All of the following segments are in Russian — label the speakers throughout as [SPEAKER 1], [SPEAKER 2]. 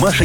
[SPEAKER 1] Маша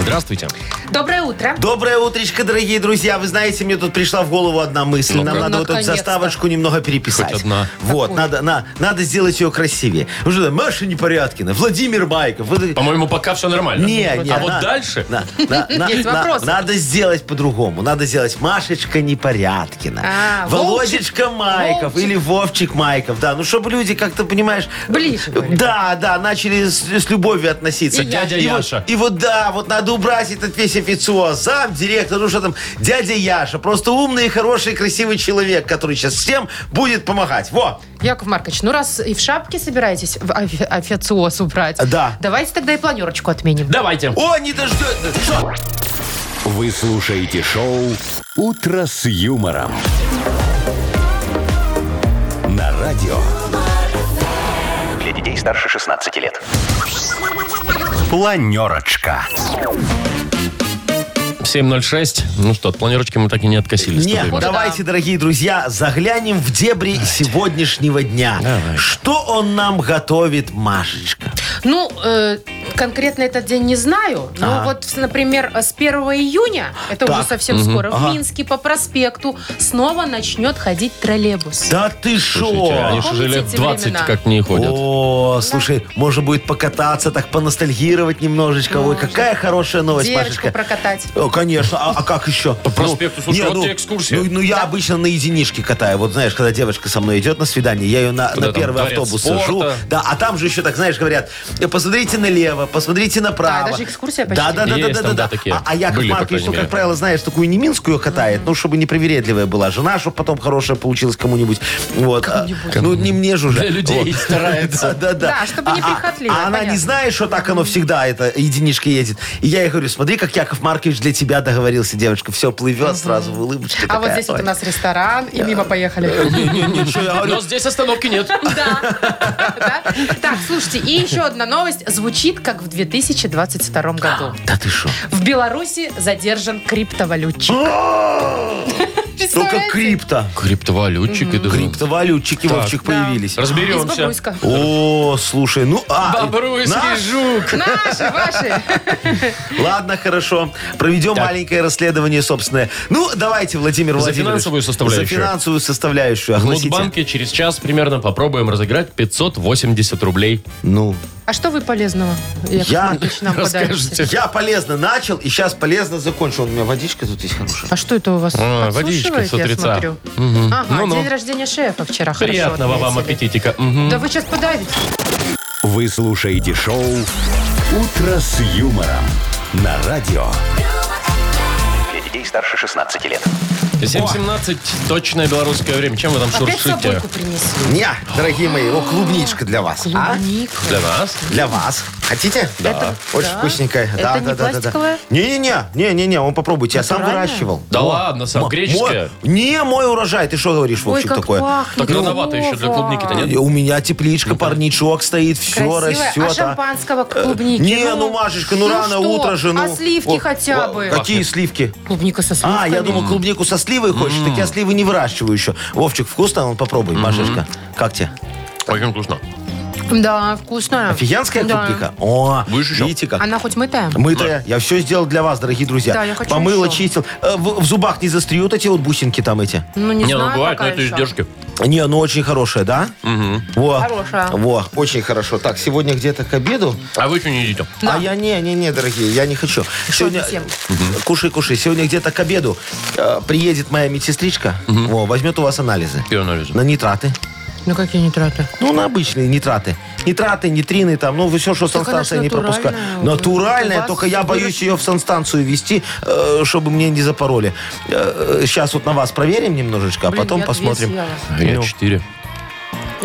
[SPEAKER 2] Здравствуйте.
[SPEAKER 3] Доброе утро.
[SPEAKER 4] Доброе утречко, дорогие друзья. Вы знаете, мне тут пришла в голову одна мысль. Нам
[SPEAKER 2] Ну-ка.
[SPEAKER 4] надо вот эту
[SPEAKER 3] Наконец-то.
[SPEAKER 4] заставочку немного переписать.
[SPEAKER 2] Хоть одна.
[SPEAKER 4] Вот, надо, на, надо сделать ее красивее. Уже там Маша Непорядкина, Владимир Байков. Вот-
[SPEAKER 2] По-моему, пока все нормально.
[SPEAKER 4] Не, не,
[SPEAKER 2] А вот
[SPEAKER 4] на-
[SPEAKER 2] дальше?
[SPEAKER 4] на- на- на-
[SPEAKER 3] Есть
[SPEAKER 4] на-
[SPEAKER 3] вопросы.
[SPEAKER 4] Надо сделать по-другому. Надо сделать Машечка Непорядкина.
[SPEAKER 3] А,
[SPEAKER 4] Володечка Майков
[SPEAKER 3] Вовчик.
[SPEAKER 4] или Вовчик Майков. Да, ну чтобы люди как-то, понимаешь...
[SPEAKER 3] Ближе были.
[SPEAKER 4] Да, да, начали с, с любовью относиться.
[SPEAKER 3] И я.
[SPEAKER 2] Дядя
[SPEAKER 4] И вот-
[SPEAKER 2] Яша.
[SPEAKER 4] и вот да, вот надо убрать этот весь официоз, зам, директор, ну что там, дядя Яша. Просто умный, хороший, красивый человек, который сейчас всем будет помогать. Во!
[SPEAKER 3] Яков Маркович, ну раз и в шапке собираетесь в офи- официоз убрать,
[SPEAKER 4] Да.
[SPEAKER 3] давайте тогда и планерочку отменим.
[SPEAKER 2] Давайте.
[SPEAKER 4] О, не дождется! Что?
[SPEAKER 1] Вы слушаете шоу «Утро с юмором». На радио. Для детей старше 16 лет. Планерочка.
[SPEAKER 2] 7.06. Ну что, от планерочки мы так и не откосились. с
[SPEAKER 4] Нет,
[SPEAKER 2] тобой.
[SPEAKER 4] ну давайте, дорогие друзья, заглянем в дебри сегодняшнего дня.
[SPEAKER 2] Давай.
[SPEAKER 4] Что он нам готовит, Машечка?
[SPEAKER 3] Ну, э, конкретно этот день не знаю, но
[SPEAKER 4] Ага.
[SPEAKER 3] вот, с- например, с 1 июня, это
[SPEAKER 4] Так.
[SPEAKER 3] уже совсем скоро, в Минске по проспекту снова начнет ходить троллейбус.
[SPEAKER 4] Да ты шо?
[SPEAKER 2] Слушайте, они же
[SPEAKER 3] Помните
[SPEAKER 2] уже лет
[SPEAKER 3] эти
[SPEAKER 2] 20
[SPEAKER 3] времена?
[SPEAKER 2] как не ходят.
[SPEAKER 4] О, слушай, можно будет покататься, так поностальгировать немножечко. Ой, какая хорошая новость,
[SPEAKER 3] Девочку
[SPEAKER 4] Машечка.
[SPEAKER 3] прокатать.
[SPEAKER 4] О, конечно, а, а как еще? По
[SPEAKER 2] проспекту, слушай, вот тебе экскурсия.
[SPEAKER 4] Ну, ну, я обычно на единичке катаю. Вот знаешь, когда девочка со мной идет на свидание, я ее на,
[SPEAKER 2] Куда
[SPEAKER 4] на
[SPEAKER 2] там,
[SPEAKER 4] первый
[SPEAKER 2] дворец
[SPEAKER 4] автобус
[SPEAKER 2] спорта?
[SPEAKER 4] сажу. Да, а там же еще так, знаешь, говорят, «Э, посмотрите налево, посмотрите направо.
[SPEAKER 3] Да, даже экскурсия почти.
[SPEAKER 4] Да, да, да,
[SPEAKER 2] Есть
[SPEAKER 4] да, да,
[SPEAKER 2] там, да,
[SPEAKER 4] да.
[SPEAKER 2] такие.
[SPEAKER 4] А, а Яков
[SPEAKER 2] Были, по
[SPEAKER 4] Маркович,
[SPEAKER 2] крайней
[SPEAKER 4] ну,
[SPEAKER 2] мере.
[SPEAKER 4] как правило, знаешь, такую не минскую катает, ну, чтобы непривередливая была жена, чтобы потом хорошая получилась кому-нибудь. Вот. а, Ну, не мне же уже.
[SPEAKER 2] Для людей
[SPEAKER 4] Вот.
[SPEAKER 2] старается.
[SPEAKER 4] Да, да, да.
[SPEAKER 3] Да, чтобы не
[SPEAKER 4] А- а-
[SPEAKER 3] прихотливо,
[SPEAKER 4] А она
[SPEAKER 3] понятно.
[SPEAKER 4] не знаешь, что так оно всегда, это единичка едет. И я ей говорю, смотри, как Яков Маркович для тебя договорился, девочка. Все плывет сразу в улыбочке.
[SPEAKER 3] А вот
[SPEAKER 4] такая.
[SPEAKER 3] здесь вот у
[SPEAKER 4] Ой. Э,
[SPEAKER 3] нас ресторан, и мимо поехали.
[SPEAKER 4] Ничего, я говорю,
[SPEAKER 2] Но здесь остановки нет.
[SPEAKER 3] Да. Так, слушайте, и еще одна новость. Звучит, как в 2022 году.
[SPEAKER 4] Да ты шо?
[SPEAKER 3] В Беларуси задержан криптовалютчик.
[SPEAKER 4] Только
[SPEAKER 3] Представляете?
[SPEAKER 4] крипто.
[SPEAKER 2] Криптовалютчик и думаю,
[SPEAKER 4] Криптовалютчики, Вовчик, появились.
[SPEAKER 3] Из
[SPEAKER 2] Разберемся.
[SPEAKER 3] бабуйска.
[SPEAKER 4] О, слушай, ну а...
[SPEAKER 2] Бобруйский
[SPEAKER 4] наш-
[SPEAKER 2] жук.
[SPEAKER 3] Наши, ваши.
[SPEAKER 4] Ладно, хорошо. Проведем маленькое расследование собственное. Ну, давайте, Владимир
[SPEAKER 2] За
[SPEAKER 4] Владимирович.
[SPEAKER 2] финансовую составляющую.
[SPEAKER 4] За финансовую составляющую.
[SPEAKER 2] В
[SPEAKER 4] Огласите.
[SPEAKER 2] Мудбанке через час примерно попробуем разыграть 580 рублей.
[SPEAKER 4] Ну,
[SPEAKER 3] А что вы полезного? Яков
[SPEAKER 4] Я-
[SPEAKER 3] Маркович, нам
[SPEAKER 2] Расскажете.
[SPEAKER 3] подарите?
[SPEAKER 4] я полезно начал, и сейчас полезно закончу. У меня водичка тут есть хорошая.
[SPEAKER 3] А что это у вас?
[SPEAKER 2] А, водичка
[SPEAKER 3] Подслушиваете,
[SPEAKER 2] с утреца.
[SPEAKER 3] я смотрю.
[SPEAKER 2] Мгм.
[SPEAKER 3] Ага,
[SPEAKER 4] Ну,
[SPEAKER 2] Ну-ну.
[SPEAKER 3] день рождения шефа вчера хорошо
[SPEAKER 2] Приятного вам
[SPEAKER 3] отметили.
[SPEAKER 2] аппетитика. Мгм.
[SPEAKER 3] Да вы сейчас подавите.
[SPEAKER 1] Вы слушаете шоу «Утро с юмором» на радио. Для детей старше 16 лет.
[SPEAKER 2] 7.17, точное белорусское время. Чем вы там
[SPEAKER 3] Опять
[SPEAKER 2] шуршите?
[SPEAKER 3] собойку принесли.
[SPEAKER 4] Не, дорогие мои, о, клубничка для вас. А?
[SPEAKER 3] Клубника.
[SPEAKER 2] Для нас?
[SPEAKER 4] Для вас. Хотите?
[SPEAKER 3] Это-
[SPEAKER 4] Очень
[SPEAKER 3] да?
[SPEAKER 4] вкусненькая.
[SPEAKER 3] Это
[SPEAKER 4] да,
[SPEAKER 3] не
[SPEAKER 4] да, да, да,
[SPEAKER 3] пластиковая?
[SPEAKER 4] да. Не-не-не, не-не-не, он попробуйте. Я сам
[SPEAKER 3] Натуральная?
[SPEAKER 4] выращивал.
[SPEAKER 2] Да
[SPEAKER 4] О,
[SPEAKER 2] ладно, сам,
[SPEAKER 4] мо-
[SPEAKER 2] греческая?
[SPEAKER 4] мой- Не, мой урожай. Ты что говоришь,
[SPEAKER 3] Ой,
[SPEAKER 4] Вовчик,
[SPEAKER 3] как
[SPEAKER 4] такое?
[SPEAKER 3] пахнет.
[SPEAKER 2] Так рановато
[SPEAKER 3] Ну
[SPEAKER 2] еще для клубники-то, нет?
[SPEAKER 4] У меня тепличка, парничок стоит, все
[SPEAKER 3] Красивая,
[SPEAKER 4] растет.
[SPEAKER 3] а шампанского к клубнике?
[SPEAKER 4] Не, ну, Машечка, ну, рано
[SPEAKER 3] что?
[SPEAKER 4] утро же. Ну,
[SPEAKER 3] А сливки
[SPEAKER 4] О,
[SPEAKER 3] хотя
[SPEAKER 4] о,
[SPEAKER 3] бы? Ну,
[SPEAKER 4] Какие сливки?
[SPEAKER 3] Клубника со сливками.
[SPEAKER 4] А, я думал, клубнику со сливой хочешь, так я сливы не выращиваю еще. Вовчик, вкусно? Ну, попробуй, Машечка. Как тебе?
[SPEAKER 2] Очень вкусно.
[SPEAKER 3] Да, вкусная.
[SPEAKER 4] Офигенская
[SPEAKER 3] Да.
[SPEAKER 4] клубника? О,
[SPEAKER 2] Будешь еще?
[SPEAKER 4] видите как?
[SPEAKER 3] Она хоть мытая?
[SPEAKER 4] Мытая. Я все сделал для вас, дорогие друзья.
[SPEAKER 3] Да, я хочу
[SPEAKER 4] Помыл,
[SPEAKER 3] еще.
[SPEAKER 4] очистил. Э, В, в зубах не застряют эти вот бусинки там эти?
[SPEAKER 3] Ну, не,
[SPEAKER 2] Не,
[SPEAKER 3] знаю
[SPEAKER 2] ну бывает, но
[SPEAKER 3] пока
[SPEAKER 2] это
[SPEAKER 3] еще.
[SPEAKER 2] издержки.
[SPEAKER 4] Не, ну очень хорошая, да? Во.
[SPEAKER 3] Хорошая.
[SPEAKER 4] Во, очень хорошо. Так, сегодня где-то к обеду.
[SPEAKER 2] А вы что не едите?
[SPEAKER 4] А я не, не, не, дорогие, я не хочу. Сегодня...
[SPEAKER 3] не съем?
[SPEAKER 4] Кушай, кушай. Сегодня где-то к обеду э, приедет моя медсестричка, во, возьмет у вас анализы.
[SPEAKER 2] Какие анализы?
[SPEAKER 4] На нитраты.
[SPEAKER 3] Ну, какие нитраты?
[SPEAKER 4] Ну, на обычные нитраты. Нитраты, нитрины, там, ну, все, что санстанция
[SPEAKER 3] она ж
[SPEAKER 4] не пропускает.
[SPEAKER 3] натуральная. У
[SPEAKER 4] Натуральная,
[SPEAKER 3] вас
[SPEAKER 4] только я
[SPEAKER 3] вырос-
[SPEAKER 4] боюсь ее в санстанцию вести, э, чтобы мне не запороли. Сейчас вот на вас проверим немножечко, а
[SPEAKER 3] Блин,
[SPEAKER 4] потом
[SPEAKER 3] я две
[SPEAKER 4] посмотрим.
[SPEAKER 3] съела.
[SPEAKER 2] Я 4.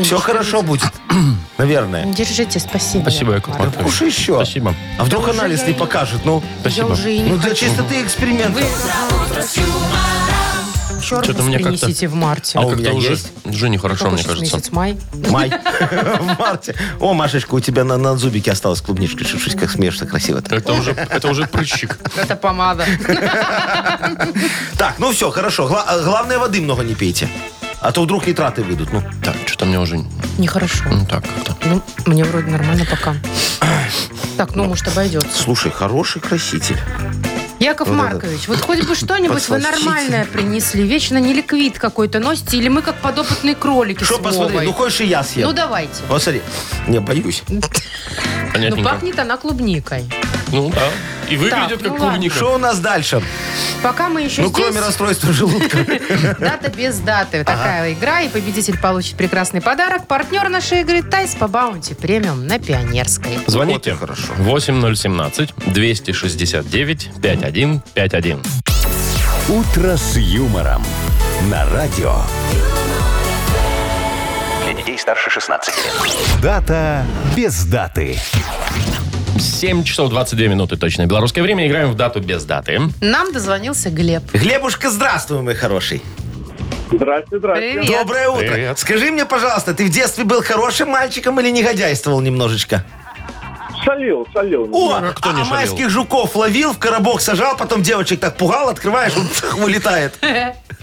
[SPEAKER 4] Все хорошо будет, наверное.
[SPEAKER 3] Держите, спасибо.
[SPEAKER 2] Спасибо,
[SPEAKER 3] Яков
[SPEAKER 2] Яков
[SPEAKER 3] Маркович.
[SPEAKER 2] Маркович.
[SPEAKER 4] Кушай еще.
[SPEAKER 2] Спасибо.
[SPEAKER 4] А вдруг анализ не покажет? Ну,
[SPEAKER 3] Я уже и не
[SPEAKER 4] ну для чистоты эксперимента.
[SPEAKER 3] Черт
[SPEAKER 2] Что-то у меня как-то-
[SPEAKER 3] принесите в марте.
[SPEAKER 2] А
[SPEAKER 4] у меня
[SPEAKER 2] как-то уже,
[SPEAKER 4] есть?
[SPEAKER 2] уже нехорошо,
[SPEAKER 3] Какой
[SPEAKER 2] мне
[SPEAKER 3] сейчас
[SPEAKER 2] кажется.
[SPEAKER 3] месяц? Май?
[SPEAKER 4] Май. В марте. О, Машечка, у тебя на, на зубике осталась клубничка. Шишись, как смеешься красиво. -то.
[SPEAKER 2] Это уже, это уже прыщик.
[SPEAKER 3] Это помада.
[SPEAKER 4] Так, ну все, хорошо. Гла- э, главное, воды много не пейте. А то вдруг нитраты выйдут. Ну,
[SPEAKER 2] Так, что-то мне уже
[SPEAKER 3] Нехорошо.
[SPEAKER 2] ну, так как-то.
[SPEAKER 3] Ну, мне вроде нормально пока. Так, ну, может, обойдется.
[SPEAKER 4] слушай, хороший краситель.
[SPEAKER 3] Яков Маркович, вот хоть бы что-нибудь вы
[SPEAKER 4] Подсластите.
[SPEAKER 3] нормальное принесли. Вечно не ликвид какой-то носите, или мы как подопытные кролики
[SPEAKER 4] Что
[SPEAKER 3] с
[SPEAKER 4] посмотри,
[SPEAKER 3] Вовой.
[SPEAKER 4] ну хочешь и я съем.
[SPEAKER 3] Ну, давайте.
[SPEAKER 4] Вот смотри, не боюсь.
[SPEAKER 3] Ну,
[SPEAKER 2] Понятненько.
[SPEAKER 3] пахнет она клубникой.
[SPEAKER 2] Ну, да. И выглядит
[SPEAKER 3] Так,
[SPEAKER 2] как
[SPEAKER 3] ну
[SPEAKER 2] клубника.
[SPEAKER 4] Что у нас дальше?
[SPEAKER 3] Пока мы еще
[SPEAKER 4] Ну,
[SPEAKER 3] здесь,
[SPEAKER 4] кроме расстройства желудка.
[SPEAKER 3] дата без даты. Такая игра, и победитель получит прекрасный подарок. Партнер нашей игры Тайс по баунти премиум на Пионерской.
[SPEAKER 2] Звоните.
[SPEAKER 4] Вот и хорошо.
[SPEAKER 2] 8017-269-5151.
[SPEAKER 1] «Утро с юмором» на радио. Для детей старше 16 лет. Дата без даты.
[SPEAKER 2] 7 часов 22 минуты точное белорусское время. Играем в дату без даты.
[SPEAKER 3] Нам дозвонился Глеб.
[SPEAKER 4] Глебушка, здравствуй, мой хороший.
[SPEAKER 5] Здравствуйте, здравствуйте.
[SPEAKER 3] Привет.
[SPEAKER 4] Доброе утро.
[SPEAKER 2] Привет.
[SPEAKER 4] Скажи мне, пожалуйста, ты в детстве был хорошим мальчиком или негодяйствовал немножечко?
[SPEAKER 5] Шалил, шалил.
[SPEAKER 4] О,
[SPEAKER 2] Ну, а кто
[SPEAKER 4] а
[SPEAKER 2] не шалил?
[SPEAKER 4] майских жуков ловил, в коробок сажал, потом девочек так пугал, открываешь, он пф, вылетает.
[SPEAKER 5] да,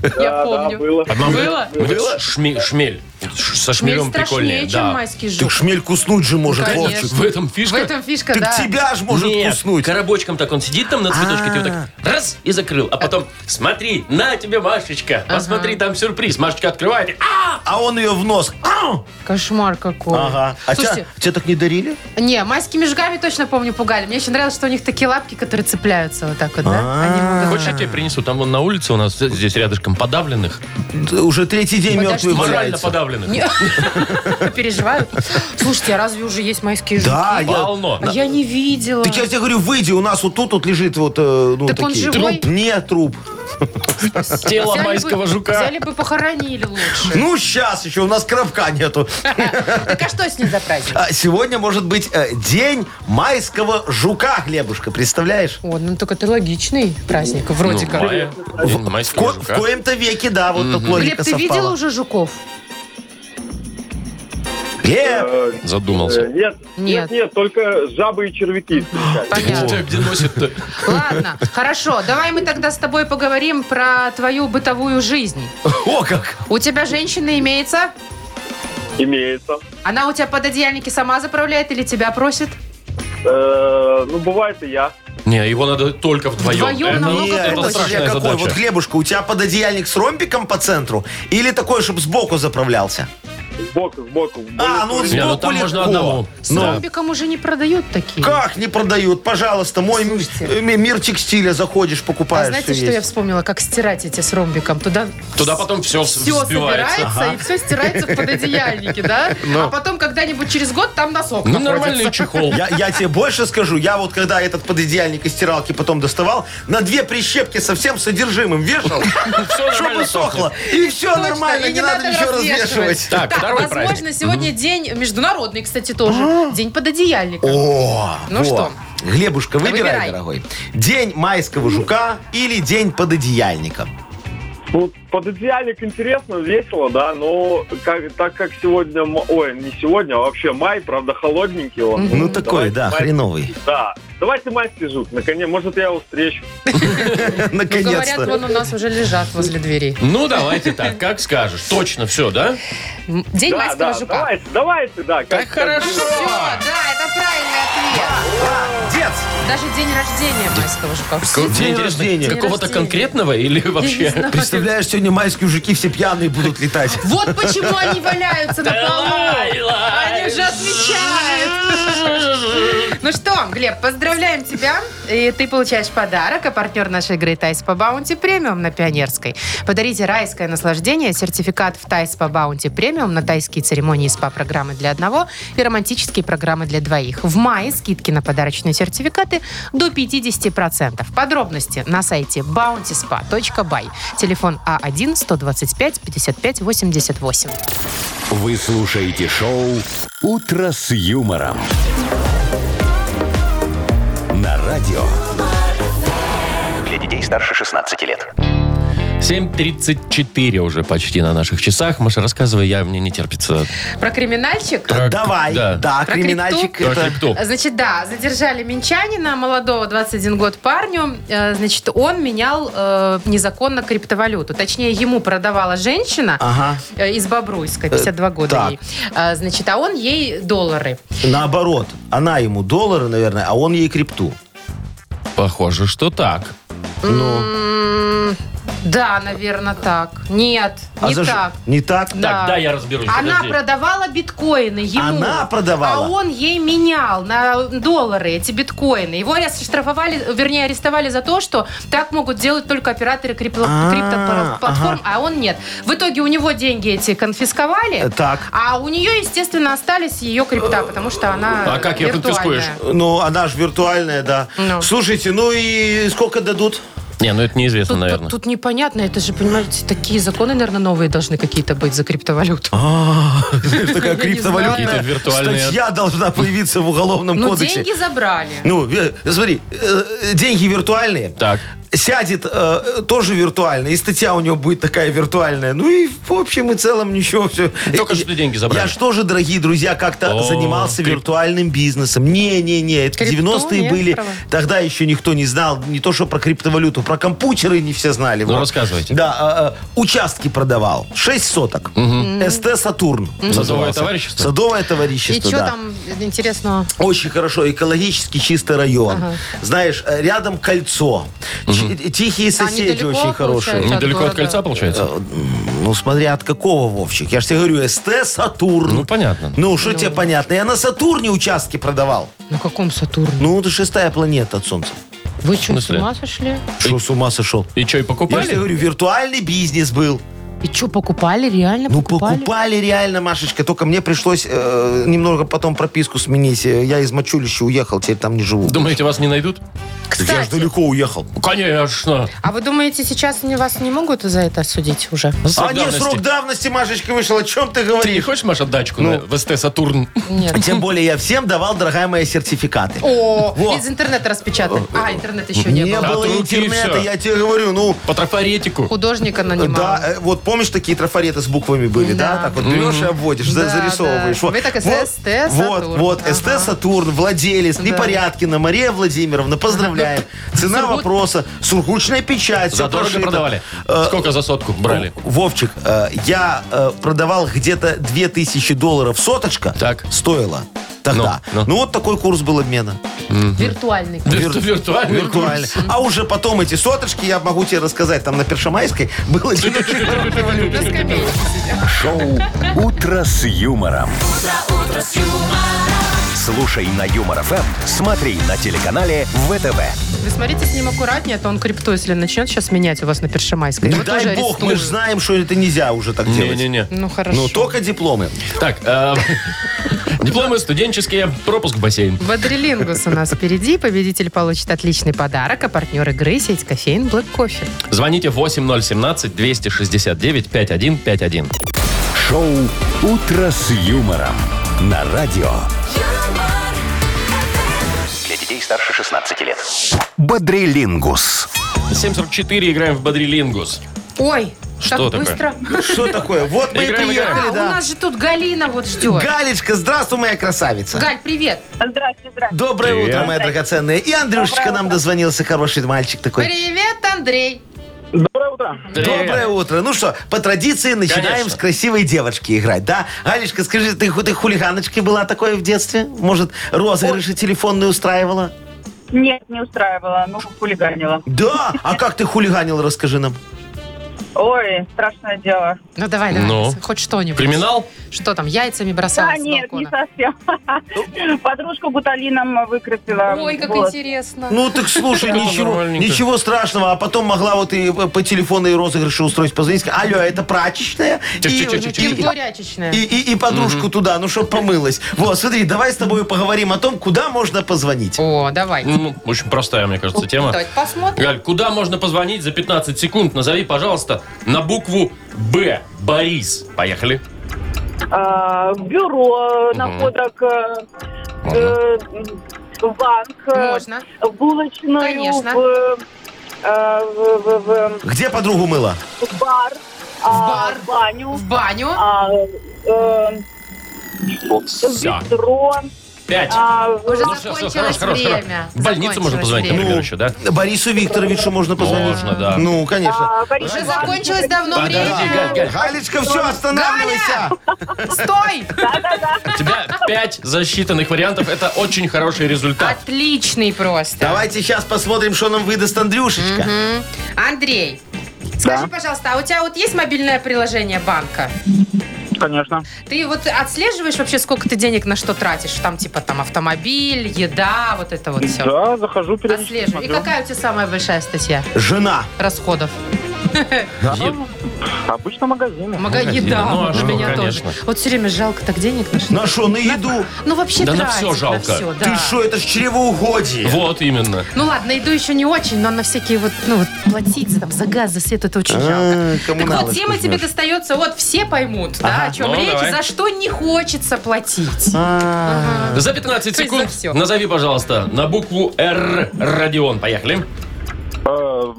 [SPEAKER 3] Я
[SPEAKER 5] Да,
[SPEAKER 3] помню.
[SPEAKER 5] было.
[SPEAKER 2] Одна-
[SPEAKER 3] Было?
[SPEAKER 2] Вот этот шме- шмель. Ш- Со шмелем
[SPEAKER 3] Мне страшнее,
[SPEAKER 2] прикольнее.
[SPEAKER 3] чем
[SPEAKER 2] да.
[SPEAKER 3] майский
[SPEAKER 4] Ты
[SPEAKER 3] жук.
[SPEAKER 4] шмель куснуть же может,
[SPEAKER 3] Конечно.
[SPEAKER 4] Вовчик.
[SPEAKER 2] В этом
[SPEAKER 3] В
[SPEAKER 2] фишка?
[SPEAKER 3] этом фишка,
[SPEAKER 4] Так
[SPEAKER 3] да.
[SPEAKER 4] тебя ж может
[SPEAKER 2] Нет,
[SPEAKER 4] куснуть.
[SPEAKER 2] коробочком так он сидит там на цветочке, ты вот так раз и закрыл. А потом, смотри, на тебе, Машечка, посмотри, там сюрприз. Машечка открывает. и, а!
[SPEAKER 4] А он ее в нос. Ау!
[SPEAKER 3] Кошмар какой.
[SPEAKER 4] Ага. А тебя,
[SPEAKER 3] Слушайте,
[SPEAKER 4] тебя так не дарили?
[SPEAKER 3] не, майскими жгами точно помню пугали. Мне еще нравилось, что у них такие лапки, которые цепляются вот так вот, да? Они могут-
[SPEAKER 2] Хочешь, я
[SPEAKER 4] А.
[SPEAKER 2] тебе принесу? Там вон на улице у нас, здесь рядышком, подавленных.
[SPEAKER 4] Д- Уже третий день
[SPEAKER 3] Подожди.
[SPEAKER 4] мертвый
[SPEAKER 2] Морально
[SPEAKER 4] валяется.
[SPEAKER 2] подавленных.
[SPEAKER 3] переживают. Слушайте, а разве уже есть майские жуки?
[SPEAKER 4] Да, я...
[SPEAKER 2] Полно.
[SPEAKER 3] А Я не видела.
[SPEAKER 4] Так я тебе говорю, выйди, у нас вот тут вот лежит вот э, ну,
[SPEAKER 3] Так он
[SPEAKER 4] такие.
[SPEAKER 3] живой?
[SPEAKER 4] Труп? Нет, труп.
[SPEAKER 2] Тело
[SPEAKER 3] Взяли бы-
[SPEAKER 2] майского жука.
[SPEAKER 3] Взяли бы похоронили лучше.
[SPEAKER 4] Ну, сейчас еще, у нас коробка нету.
[SPEAKER 3] Так а что с ним за праздник?
[SPEAKER 4] А Сегодня может быть э, день майского жука, Глебушка, представляешь?
[SPEAKER 3] О, ну только ты логичный праздник, вроде
[SPEAKER 2] Ну,
[SPEAKER 3] как.
[SPEAKER 2] мая, день майского
[SPEAKER 4] Ко- в
[SPEAKER 2] жука.
[SPEAKER 4] коем-то веке, да, вот тут
[SPEAKER 3] Глеб,
[SPEAKER 4] логика
[SPEAKER 3] ты видел
[SPEAKER 4] совпала.
[SPEAKER 3] уже жуков?
[SPEAKER 4] Глеб,
[SPEAKER 5] Э, э,
[SPEAKER 2] Задумался.
[SPEAKER 5] Нет,
[SPEAKER 3] Нет.
[SPEAKER 5] нет, нет, только жабы и червяки встречались.
[SPEAKER 3] Понятно.
[SPEAKER 2] Где носит-то?
[SPEAKER 3] Ладно, хорошо, давай мы тогда с тобой поговорим про твою бытовую жизнь.
[SPEAKER 4] о как!
[SPEAKER 3] У тебя женщина имеется?
[SPEAKER 4] А.
[SPEAKER 5] Имеется.
[SPEAKER 3] Она у тебя под одеяльники сама заправляет или тебя просит?
[SPEAKER 5] Э, Ну, бывает и я. Не,
[SPEAKER 2] Не, его надо только вдвоем.
[SPEAKER 3] Вдвоем
[SPEAKER 2] Это-
[SPEAKER 3] намного
[SPEAKER 2] Ну, это
[SPEAKER 3] проще.
[SPEAKER 2] страшная
[SPEAKER 4] какой?
[SPEAKER 2] задача.
[SPEAKER 4] Вот, Глебушка, у тебя пододеяльник с ромбиком по центру? Или такой, чтобы сбоку заправлялся?
[SPEAKER 5] Сбоку, сбоку.
[SPEAKER 4] А, ну вот
[SPEAKER 2] Не, ну
[SPEAKER 4] сбоку
[SPEAKER 2] там можно
[SPEAKER 4] легко.
[SPEAKER 2] одному.
[SPEAKER 3] С
[SPEAKER 2] Да.
[SPEAKER 3] ромбиком уже не продают такие.
[SPEAKER 4] Как не продают? Пожалуйста, мой м-
[SPEAKER 3] Слушайте.
[SPEAKER 4] ми- мир текстиля заходишь,
[SPEAKER 3] А
[SPEAKER 4] покупаешь.
[SPEAKER 3] знаете,
[SPEAKER 4] всё
[SPEAKER 3] что я
[SPEAKER 4] есть.
[SPEAKER 3] вспомнила? Как стирать эти с ромбиком. Туда
[SPEAKER 2] Туда потом все,
[SPEAKER 3] все
[SPEAKER 2] сбивается.
[SPEAKER 3] собирается, и все стирается в пододеяльнике, да?
[SPEAKER 4] Ну.
[SPEAKER 3] А потом когда-нибудь через год там носок
[SPEAKER 2] Ну,
[SPEAKER 3] находится.
[SPEAKER 2] нормальный чехол.
[SPEAKER 4] Я, я тебе больше скажу, я вот когда этот пододеяльник из стиралки потом доставал, на две прищепки со всем содержимым вешал,
[SPEAKER 2] Все
[SPEAKER 4] чтобы сохло. И все
[SPEAKER 3] Точно,
[SPEAKER 4] нормально,
[SPEAKER 3] и
[SPEAKER 4] не надо ничего развешивать.
[SPEAKER 2] Так,
[SPEAKER 3] Так,
[SPEAKER 2] второй
[SPEAKER 3] возможно,
[SPEAKER 2] праздник.
[SPEAKER 3] сегодня день международный, кстати, тоже. День пододеяльника.
[SPEAKER 4] А. О,
[SPEAKER 3] Ну
[SPEAKER 4] во.
[SPEAKER 3] что?
[SPEAKER 4] Глебушка, выбирай,
[SPEAKER 3] Выбирай.
[SPEAKER 4] дорогой. День майского жука или день пододеяльника?
[SPEAKER 5] Ну, пододеяльник интересно, весело, да, но как, так как сегодня, м- ой, не сегодня, а вообще май, правда, холодненький он.
[SPEAKER 4] Ну, такой,
[SPEAKER 5] Давайте
[SPEAKER 4] да,
[SPEAKER 5] май-
[SPEAKER 4] хреновый.
[SPEAKER 5] Да, давайте майский жук, наконец, может, я его встречу.
[SPEAKER 3] Ну, Говорят,
[SPEAKER 4] Наконец-то.
[SPEAKER 3] вон у нас уже лежат возле дверей.
[SPEAKER 2] Ну, давайте так, как скажешь. Точно все, да?
[SPEAKER 3] М, День
[SPEAKER 5] да,
[SPEAKER 3] майского
[SPEAKER 5] да,
[SPEAKER 3] жука.
[SPEAKER 5] давайте, давайте, да.
[SPEAKER 2] Так хорошо.
[SPEAKER 3] Все, да, это правильный ответ.
[SPEAKER 4] Дец,
[SPEAKER 3] Даже день рождения майского жука. Все
[SPEAKER 2] Мне
[SPEAKER 4] День
[SPEAKER 2] интересно,
[SPEAKER 4] рождения.
[SPEAKER 2] Какого-то
[SPEAKER 3] День рождения.
[SPEAKER 2] конкретного или
[SPEAKER 3] не
[SPEAKER 2] вообще?
[SPEAKER 3] знаю.
[SPEAKER 4] представляешь, сегодня майские жуки все пьяные будут летать.
[SPEAKER 3] Вот почему они валяются на полу. Они уже отвечают. Ну что, Глеб, поздравляем тебя. И ты получаешь подарок, а партнер нашей игры Тайс по Баунти Премиум на Пионерской. Подарите райское наслаждение, сертификат в Тайс по Баунти Премиум на тайские церемонии СПА-программы для одного и романтические программы для двоих. В мае скидки на подарочные сертификаты до 50%. Подробности на сайте bountyspa.by. Телефон А А1-125-55-88.
[SPEAKER 1] Вы слушаете шоу «Утро с юмором» на радио.
[SPEAKER 6] Для детей старше 16 лет.
[SPEAKER 2] 7.34 уже почти на наших часах. Маша, рассказывай, я, мне не терпится.
[SPEAKER 3] Про криминальчик?
[SPEAKER 2] Про-
[SPEAKER 4] Давай,
[SPEAKER 2] да.
[SPEAKER 4] да,
[SPEAKER 3] Про
[SPEAKER 4] криминальчик
[SPEAKER 2] Про
[SPEAKER 4] это...
[SPEAKER 2] крипту.
[SPEAKER 3] Значит, да, задержали минчанина, молодого 21 год парню. Э, Значит, он менял э, незаконно криптовалюту. Точнее, ему продавала женщина
[SPEAKER 4] Ага.
[SPEAKER 3] э, из Бобруйска, 52 года
[SPEAKER 4] А. так.
[SPEAKER 3] ей. Э, Значит, а он ей доллары.
[SPEAKER 4] Наоборот, она ему доллары, наверное, а он ей крипту.
[SPEAKER 2] Похоже, что так.
[SPEAKER 3] М, Да, наверное, так. Нет,
[SPEAKER 4] А
[SPEAKER 3] не
[SPEAKER 4] за ж-
[SPEAKER 3] так.
[SPEAKER 4] Не так?
[SPEAKER 3] Да.
[SPEAKER 2] Так, да, я разберусь.
[SPEAKER 3] Она
[SPEAKER 2] подожди.
[SPEAKER 3] продавала биткоины ему.
[SPEAKER 4] Она продавала?
[SPEAKER 3] А он ей менял на доллары эти биткоины. Его оштрафовали, вернее, арестовали за то, что так могут делать только операторы крипло-
[SPEAKER 4] А,
[SPEAKER 3] криптоплатформ, а он нет. В итоге у него деньги эти
[SPEAKER 4] Э,
[SPEAKER 3] конфисковали,
[SPEAKER 4] так.
[SPEAKER 3] а у нее, естественно, остались ее крипта, потому что она
[SPEAKER 2] А как ее
[SPEAKER 3] виртуальная.
[SPEAKER 2] конфискуешь?
[SPEAKER 4] Ну, она же виртуальная, да.
[SPEAKER 3] Ну.
[SPEAKER 4] Слушайте, ну и сколько дадут?
[SPEAKER 2] Не, ну это неизвестно,
[SPEAKER 3] Тут,
[SPEAKER 2] наверное.
[SPEAKER 3] тут- тут непонятно, это же, понимаете, такие законы, наверное, новые должны какие-то быть за криптовалюту.
[SPEAKER 4] А, Такая
[SPEAKER 2] Какие-то
[SPEAKER 4] криптовалютная
[SPEAKER 2] виртуальные.
[SPEAKER 4] статья должна появиться в Уголовном
[SPEAKER 3] Ну,
[SPEAKER 4] кодексе.
[SPEAKER 3] деньги забрали.
[SPEAKER 4] Ну, ве- смотри, э, деньги виртуальные.
[SPEAKER 2] Так.
[SPEAKER 4] Сядет э, тоже виртуально, и статья у него будет такая виртуальная. Ну и в общем и целом ничего. Все.
[SPEAKER 2] Ну, Только что деньги забрали.
[SPEAKER 4] Я же тоже, дорогие друзья, как-то
[SPEAKER 2] О,
[SPEAKER 4] занимался
[SPEAKER 2] крип-
[SPEAKER 4] виртуальным бизнесом. Не-не-не, это
[SPEAKER 3] Крипту
[SPEAKER 4] 90-е
[SPEAKER 3] не
[SPEAKER 4] были.
[SPEAKER 3] права.
[SPEAKER 4] Тогда еще никто не знал, не то что про криптовалюту, про компьютеры не все знали.
[SPEAKER 2] Ну,
[SPEAKER 4] Вот.
[SPEAKER 2] рассказывайте.
[SPEAKER 4] Да, э, э, участки продавал. 6 соток. СТ «Сатурн».
[SPEAKER 2] Садовое
[SPEAKER 4] назывался.
[SPEAKER 2] товарищество?
[SPEAKER 4] Садовое
[SPEAKER 3] И
[SPEAKER 4] товарищество,
[SPEAKER 3] что
[SPEAKER 4] да.
[SPEAKER 3] там интересного?
[SPEAKER 4] Очень хорошо, экологически чистый район. Знаешь, э, рядом кольцо. Чи- э, Тихие соседи
[SPEAKER 3] недалеко,
[SPEAKER 4] очень хорошие.
[SPEAKER 3] получается?
[SPEAKER 2] Недалеко
[SPEAKER 3] от
[SPEAKER 2] от кольца,
[SPEAKER 3] города.
[SPEAKER 2] получается?
[SPEAKER 4] Ну, смотря от какого, Вовчик. Я же тебе говорю, СТ «Сатурн».
[SPEAKER 2] Ну, понятно.
[SPEAKER 4] Ну, что тебе понятно? Я на Сатурне участки продавал.
[SPEAKER 3] На каком Сатурне?
[SPEAKER 4] Ну, это шестая планета от Солнца.
[SPEAKER 3] Вы что,
[SPEAKER 2] В
[SPEAKER 3] с
[SPEAKER 2] смысле?
[SPEAKER 3] ума сошли?
[SPEAKER 4] Что, с ума сошел?
[SPEAKER 2] И что, и
[SPEAKER 4] Я же тебе
[SPEAKER 2] покупали?
[SPEAKER 4] говорю, виртуальный бизнес был.
[SPEAKER 3] И что, покупали? Реально
[SPEAKER 4] Ну,
[SPEAKER 3] покупали?
[SPEAKER 4] покупали реально, Машечка. Только мне пришлось э, немного потом прописку сменить. Э, Я из Мочулища уехал, теперь там не живу.
[SPEAKER 2] Думаете, вас не найдут?
[SPEAKER 4] Так Я же далеко уехал.
[SPEAKER 2] Конечно.
[SPEAKER 3] А вы думаете, сейчас они вас не могут за это осудить уже?
[SPEAKER 4] А не, срок давности, Машечка, вышел. О чем ты
[SPEAKER 2] Ты не
[SPEAKER 4] говоришь?
[SPEAKER 2] хочешь, Маша, дачку на- в СТ «Сатурн»?
[SPEAKER 3] Нет.
[SPEAKER 4] А Тем более я всем давал, дорогая моя, сертификаты.
[SPEAKER 3] О,
[SPEAKER 4] Во.
[SPEAKER 3] из интернета распечатали. А, интернета еще не, было.
[SPEAKER 2] От
[SPEAKER 4] было
[SPEAKER 2] руки
[SPEAKER 4] интернета,
[SPEAKER 2] всё.
[SPEAKER 4] я тебе говорю, ну...
[SPEAKER 2] По трафаретику?
[SPEAKER 3] Художника нанимал.
[SPEAKER 4] Да, э, вот помнишь, такие трафареты с буквами были, да?
[SPEAKER 3] Да.
[SPEAKER 4] Так вот берешь и обводишь, за-
[SPEAKER 3] Да,
[SPEAKER 4] зарисовываешь.
[SPEAKER 3] да.
[SPEAKER 4] Вот.
[SPEAKER 3] Вы так
[SPEAKER 4] Вот,
[SPEAKER 3] СТ «Сатурн».
[SPEAKER 4] Вот, вот,
[SPEAKER 3] Ага.
[SPEAKER 4] СТ «Сатурн», владелец, Непорядкина, Мария Владимировна, поздравляем. Цена
[SPEAKER 3] Сургут.
[SPEAKER 4] вопроса, сургучная печать, все
[SPEAKER 2] Задорого продавали? Сколько за сотку брали?
[SPEAKER 4] Э, Вовчик, э, я э, продавал где-то 2000 долларов соточка.
[SPEAKER 2] Так.
[SPEAKER 4] Стоило тогда.
[SPEAKER 2] Ну, ну.
[SPEAKER 4] ну вот такой курс был обмена.
[SPEAKER 3] Виртуальный.
[SPEAKER 2] Вир- Виртуальный.
[SPEAKER 4] Виртуально. А уже потом эти соточки, я могу тебе рассказать, там на Першамайской было
[SPEAKER 3] На скамейке.
[SPEAKER 1] Шоу «Утро с юмором». Слушай на Юмор ФМ, смотри на телеканале ВТВ.
[SPEAKER 3] Вы смотрите с ним аккуратнее, а то он крипту, если начнет сейчас менять у вас на Першемайской. его
[SPEAKER 4] Не
[SPEAKER 3] тоже
[SPEAKER 4] дай бог, мы
[SPEAKER 3] арестуют.
[SPEAKER 4] же знаем, что это нельзя уже так делать.
[SPEAKER 2] Не-не-не.
[SPEAKER 3] Ну, хорошо.
[SPEAKER 4] Ну, только дипломы.
[SPEAKER 2] Так, э, дипломы студенческие, пропуск в бассейн.
[SPEAKER 3] Бодрилингус у нас впереди. Победитель получит отличный подарок, а партнер игры сеть кофеин Black Кофе.
[SPEAKER 2] Звоните 8017-269-5151.
[SPEAKER 1] Шоу «Утро с юмором» на радио.
[SPEAKER 6] юмор,
[SPEAKER 7] Для детей старше 16 лет.
[SPEAKER 1] Бодрилингус.
[SPEAKER 2] 744 играем в Бодрилингус.
[SPEAKER 3] Ой,
[SPEAKER 2] Что
[SPEAKER 3] так
[SPEAKER 2] такое?
[SPEAKER 3] быстро.
[SPEAKER 4] Что такое? Вот мы и
[SPEAKER 2] Играем, играем.
[SPEAKER 3] А,
[SPEAKER 4] приехали,
[SPEAKER 3] у
[SPEAKER 4] да.
[SPEAKER 3] нас же тут Галина вот ждет.
[SPEAKER 4] Галечка, здравствуй, моя красавица.
[SPEAKER 3] Галь, привет.
[SPEAKER 8] Здравствуйте, здравствуйте.
[SPEAKER 4] Доброе
[SPEAKER 2] Привет.
[SPEAKER 4] утро, моя драгоценная. И Андрюшечка нам дозвонился, хороший мальчик такой.
[SPEAKER 3] Привет, Андрей.
[SPEAKER 5] Доброе утро.
[SPEAKER 2] Э,
[SPEAKER 4] Доброе утро. Ну что, по традиции начинаем
[SPEAKER 2] Конечно.
[SPEAKER 4] с красивой девочки играть, да? Галечка, скажи, ты, ху- ты хулиганочкой была такой в детстве? Может, розыгрыши телефонные устраивала?
[SPEAKER 8] Нет, не устраивала, ну, хулиганила.
[SPEAKER 4] Да? А как ты хулиганил, расскажи нам.
[SPEAKER 8] Ой, страшное дело.
[SPEAKER 3] Ну давай, давай,
[SPEAKER 2] Ну.
[SPEAKER 3] хоть что-нибудь.
[SPEAKER 2] Криминал?
[SPEAKER 3] Что там, яйцами бросала
[SPEAKER 8] Да,
[SPEAKER 3] с
[SPEAKER 8] нет, не
[SPEAKER 3] балкона?
[SPEAKER 8] совсем. Подружку гуталином выкрасила.
[SPEAKER 3] Ой, как
[SPEAKER 8] Вот.
[SPEAKER 3] интересно.
[SPEAKER 4] Ну так слушай,
[SPEAKER 2] Ну,
[SPEAKER 4] ничего,
[SPEAKER 2] нормальненько.
[SPEAKER 4] ничего страшного. А потом могла вот и э, по телефону и розыгрыши устроить, позвонить, сказать, алло, это прачечная? И-
[SPEAKER 2] Тихо-тихо-тихо-тихо.
[SPEAKER 4] и-
[SPEAKER 3] Темпорячечная.
[SPEAKER 4] И, и- и подружку туда, ну, чтоб помылась. Вот, смотри, давай с тобой поговорим о том, куда можно позвонить.
[SPEAKER 3] О, давай.
[SPEAKER 2] Ну, очень простая, мне кажется, тема.
[SPEAKER 3] Давайте посмотрим.
[SPEAKER 2] Галь, куда можно позвонить за 15 секунд? Назови, пожалуйста, на букву Б. Борис. Поехали.
[SPEAKER 8] А, в Бюро, находок, э, э, в банк, э,
[SPEAKER 3] Можно.
[SPEAKER 8] в булочную,
[SPEAKER 3] Конечно.
[SPEAKER 8] в, э, э, в, в- в-
[SPEAKER 4] Где подругу мыла?
[SPEAKER 8] в бар, а, в
[SPEAKER 3] бар.
[SPEAKER 8] баню,
[SPEAKER 3] В баню.
[SPEAKER 8] а, э, в
[SPEAKER 2] Всё.
[SPEAKER 8] метро,
[SPEAKER 2] Пять.
[SPEAKER 8] а, в-
[SPEAKER 3] Уже
[SPEAKER 2] Ну, всё, всё,
[SPEAKER 3] закончилось
[SPEAKER 2] хорош, хорош, хорош.
[SPEAKER 3] время.
[SPEAKER 2] В больницу можно
[SPEAKER 3] Закончилось
[SPEAKER 2] позвонить,
[SPEAKER 3] время.
[SPEAKER 2] например, еще, да?
[SPEAKER 4] Борису Викторовичу можно позвонить.
[SPEAKER 2] Можно, да.
[SPEAKER 4] Ну, конечно.
[SPEAKER 8] а, Борис
[SPEAKER 3] Уже
[SPEAKER 8] Иванович,
[SPEAKER 3] закончилось давно
[SPEAKER 2] Подожди, Галь,
[SPEAKER 3] время.
[SPEAKER 2] Галь,
[SPEAKER 4] Галечка, все, останавливайся.
[SPEAKER 3] Стой!
[SPEAKER 2] у тебя пять засчитанных вариантов. Это очень хороший результат.
[SPEAKER 3] Отличный просто.
[SPEAKER 4] Давайте сейчас посмотрим, что нам выдаст Андрюшечка.
[SPEAKER 3] Андрей, скажи, пожалуйста, а у тебя вот есть мобильное приложение банка?
[SPEAKER 5] Конечно.
[SPEAKER 3] Ты вот отслеживаешь вообще, сколько ты денег на что тратишь? Там типа там автомобиль, еда, вот это вот все.
[SPEAKER 5] Да, захожу периодически,
[SPEAKER 3] Отслеживаю. И
[SPEAKER 5] смотрю.
[SPEAKER 3] какая у тебя самая большая статья
[SPEAKER 4] Жена.
[SPEAKER 3] расходов?
[SPEAKER 5] Обычно магазины.
[SPEAKER 3] Мага...
[SPEAKER 2] Магазин.
[SPEAKER 3] Еда.
[SPEAKER 2] Ну, а
[SPEAKER 3] У
[SPEAKER 2] что,
[SPEAKER 3] меня тоже.
[SPEAKER 2] конечно.
[SPEAKER 3] Вот все время жалко так денег на что.
[SPEAKER 4] На что, на еду?
[SPEAKER 3] Ну вообще
[SPEAKER 2] Да на
[SPEAKER 3] тратить
[SPEAKER 2] всё жалко.
[SPEAKER 3] всё, да.
[SPEAKER 4] Ты что, это ж чревоугодие.
[SPEAKER 2] Вот именно.
[SPEAKER 3] Ну ладно, иду еще не очень, но на всякие вот, ну вот, платить за, там, за газ, за свет, это
[SPEAKER 5] Э,
[SPEAKER 3] очень
[SPEAKER 4] А,
[SPEAKER 3] жалко. Так
[SPEAKER 4] коммуналочку
[SPEAKER 3] вот, тема тебе
[SPEAKER 4] жмёшь.
[SPEAKER 3] достается, вот все поймут, да, о чем
[SPEAKER 2] Ну,
[SPEAKER 3] речь,
[SPEAKER 2] давай.
[SPEAKER 3] за что не хочется платить.
[SPEAKER 4] А,
[SPEAKER 2] За 15
[SPEAKER 3] То есть
[SPEAKER 2] секунд
[SPEAKER 3] А. за всё.
[SPEAKER 2] назови, пожалуйста, на букву Р Родион. Поехали.
[SPEAKER 5] Э,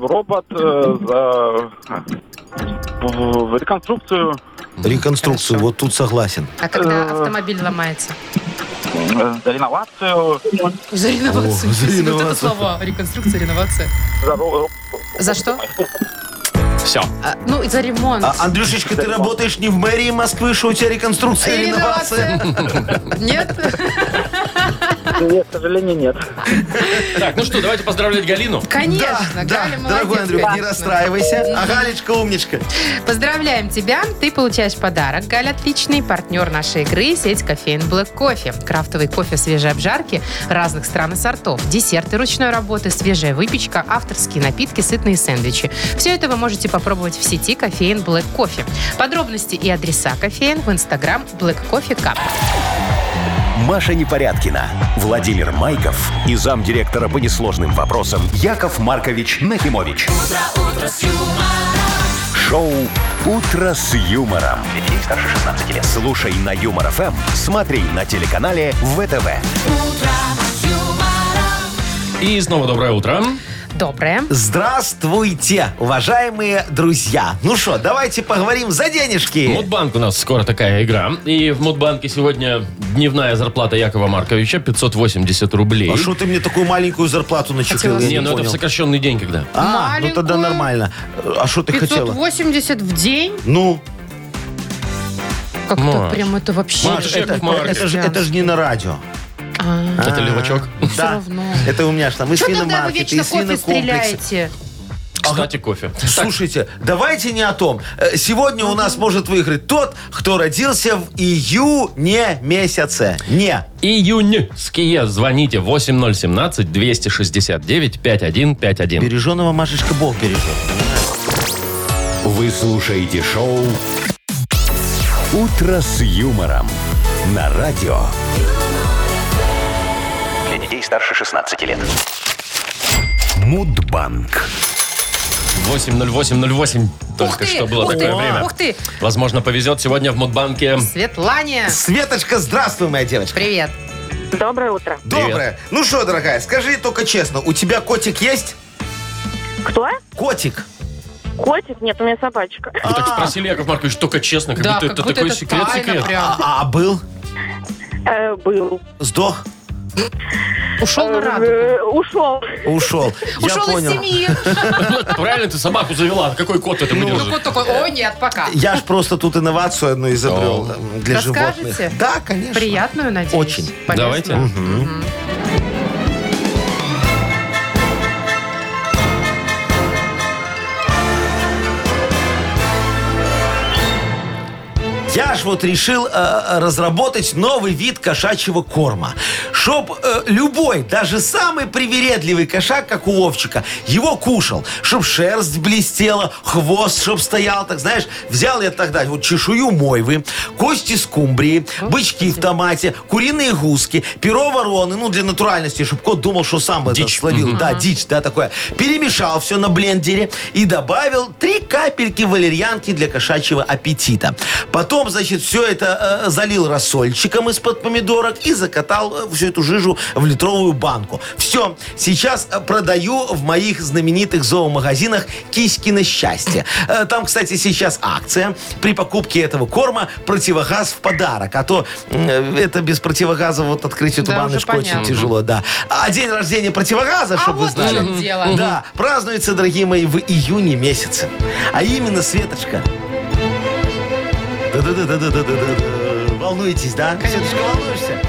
[SPEAKER 5] робот э, за в- в реконструкцию
[SPEAKER 4] Реконструкцию, вот тут согласен.
[SPEAKER 3] А когда
[SPEAKER 4] э,
[SPEAKER 3] автомобиль ломается?
[SPEAKER 5] э, за реновацию,
[SPEAKER 3] За реновацию.
[SPEAKER 4] О, за
[SPEAKER 3] Интересно, Вот это
[SPEAKER 4] реновацию.
[SPEAKER 3] слова. Реконструкция, реновация.
[SPEAKER 5] за ро-
[SPEAKER 3] За что?
[SPEAKER 2] Все.
[SPEAKER 3] А, ну, и за ремонт.
[SPEAKER 4] А, Андрюшечка, ты работаешь не в мэрии Москвы, что у тебя реконструкция и реновация?
[SPEAKER 3] Нет?
[SPEAKER 5] Нет, к сожалению, нет.
[SPEAKER 2] Так, ну что, давайте поздравлять Галину.
[SPEAKER 3] Конечно,
[SPEAKER 4] Да,
[SPEAKER 3] Галя молодец,
[SPEAKER 4] дорогой Андрюх, не
[SPEAKER 3] конечно.
[SPEAKER 4] расстраивайся. А Галечка умничка.
[SPEAKER 3] Поздравляем тебя! Ты получаешь подарок. Галя отличный партнер нашей игры – сеть кофеин Black Кофе. Крафтовый кофе свежей обжарки разных стран и сортов, десерты ручной работы, свежая выпечка, авторские напитки, сытные сэндвичи. Все это вы можете попробовать в сети кофеин Black Кофе. Подробности и адреса кофеин в инстаграм Black Coffee Cup.
[SPEAKER 1] Маша Непорядкина, Владимир Майков и замдиректора по несложным вопросам Яков Маркович Нахимович. Шоу Утро с юмором. Детей старше 16 лет. Слушай на юмор ФМ, смотри на телеканале ВТВ.
[SPEAKER 2] И снова доброе утро.
[SPEAKER 3] Доброе.
[SPEAKER 4] Здравствуйте, уважаемые друзья. Ну что, давайте поговорим за денежки.
[SPEAKER 2] Мудбанк у нас скоро такая игра. И в Мудбанке сегодня дневная зарплата Якова Марковича 580 рублей.
[SPEAKER 4] А что ты мне такую маленькую зарплату начислил?
[SPEAKER 3] Хотела
[SPEAKER 4] Я
[SPEAKER 2] не,
[SPEAKER 4] не
[SPEAKER 2] ну это в
[SPEAKER 4] понял.
[SPEAKER 2] сокращенный день когда.
[SPEAKER 4] А, ну тогда
[SPEAKER 3] Маленькую.
[SPEAKER 4] нормально. А что ты хотела?
[SPEAKER 3] 580 в день?
[SPEAKER 4] Ну,
[SPEAKER 3] Как-то
[SPEAKER 2] Маш.
[SPEAKER 3] прям это вообще...
[SPEAKER 2] Маш,
[SPEAKER 4] Маш, это,
[SPEAKER 2] Яков Маркович.
[SPEAKER 4] это же, это же не на радио.
[SPEAKER 3] А,
[SPEAKER 2] Это левачок.
[SPEAKER 3] всё
[SPEAKER 4] Да.
[SPEAKER 3] равно.
[SPEAKER 4] Это у меня ж там и
[SPEAKER 3] Что тогда вы
[SPEAKER 4] свиномаркет, и
[SPEAKER 3] вечно кофе
[SPEAKER 4] свинокомплекс.
[SPEAKER 3] стреляете?
[SPEAKER 2] Кстати, кофе.
[SPEAKER 4] Слушайте, давайте не о том. Э, Сегодня у нас может выиграть тот, кто родился в июне месяце. Не.
[SPEAKER 2] Июньские. Звоните 8017-269-5151.
[SPEAKER 4] Береженого, Машечка, Бог бережет.
[SPEAKER 1] Вы слушаете шоу Утро с юмором на радио.
[SPEAKER 7] Для детей старше 16 лет.
[SPEAKER 1] Мудбанк.
[SPEAKER 2] 80808. Только что было
[SPEAKER 3] ух
[SPEAKER 2] такое
[SPEAKER 3] ты,
[SPEAKER 2] время.
[SPEAKER 3] Ух ты!
[SPEAKER 2] Возможно, повезет сегодня в Мудбанке.
[SPEAKER 3] Светлане!
[SPEAKER 4] Светочка, здравствуй, моя девочка.
[SPEAKER 3] Привет.
[SPEAKER 8] Доброе утро.
[SPEAKER 2] Привет.
[SPEAKER 4] Доброе. Ну что, дорогая, скажи только честно, у тебя котик есть?
[SPEAKER 8] Кто?
[SPEAKER 4] Котик.
[SPEAKER 8] Котик? Нет, у меня собачка.
[SPEAKER 2] Вы
[SPEAKER 3] А.
[SPEAKER 2] так спросили, Яков Маркович, только честно, как будто это такой секрет-секрет.
[SPEAKER 4] А, а был?
[SPEAKER 8] Э, был.
[SPEAKER 4] Сдох?
[SPEAKER 2] А,
[SPEAKER 3] Ушел на радугу.
[SPEAKER 8] Э, ушел.
[SPEAKER 4] Ушел. Я
[SPEAKER 3] Ушел из
[SPEAKER 4] понял.
[SPEAKER 3] семьи.
[SPEAKER 2] Правильно ты собаку завела? А Какой кот это
[SPEAKER 3] Ну,
[SPEAKER 2] выдержит?
[SPEAKER 3] кот такой, о, нет, пока.
[SPEAKER 2] э,
[SPEAKER 4] Я ж просто тут инновацию одну изобрел м, для
[SPEAKER 3] Расскажете?
[SPEAKER 4] животных. Да, конечно.
[SPEAKER 3] Приятную, надеюсь.
[SPEAKER 4] Очень.
[SPEAKER 3] Полезную.
[SPEAKER 2] Давайте.
[SPEAKER 4] Я ж вот решил э, разработать новый вид кошачьего корма. Чтоб э, любой, даже самый привередливый кошак, как у Вовчика, его кушал. Чтоб шерсть блестела, хвост, чтоб стоял, так знаешь, взял я тогда вот чешую мойвы, кости скумбрии, бычки в томате, куриные гуски, перо вороны, ну, для натуральности, чтобы кот думал, что сам это
[SPEAKER 2] Дичь.
[SPEAKER 4] словил. Да, дичь, да, такое. Перемешал все на блендере и добавил три капельки валерьянки для кошачьего аппетита. Потом Потом, значит, все это э, залил рассольчиком из-под помидорок и закатал э, всю эту жижу в литровую банку. Все. Сейчас э, продаю в моих знаменитых зоомагазинах «Киськино счастье». Э, Там, кстати, сейчас акция. При покупке этого корма противогаз в подарок. А то м, это без противогаза вот открыть
[SPEAKER 3] Да,
[SPEAKER 4] эту
[SPEAKER 3] уже
[SPEAKER 4] баночку очень
[SPEAKER 3] понятно.
[SPEAKER 4] тяжело, да. А день рождения противогаза,
[SPEAKER 3] А
[SPEAKER 4] чтобы вы
[SPEAKER 3] вот в
[SPEAKER 4] знали.
[SPEAKER 3] чем дело.
[SPEAKER 4] Да, празднуется, дорогие мои, в июне месяце. А именно, Светочка. Да-да-да-да-да-да-да-да. Волнуетесь, да? Светочка, волнуешься?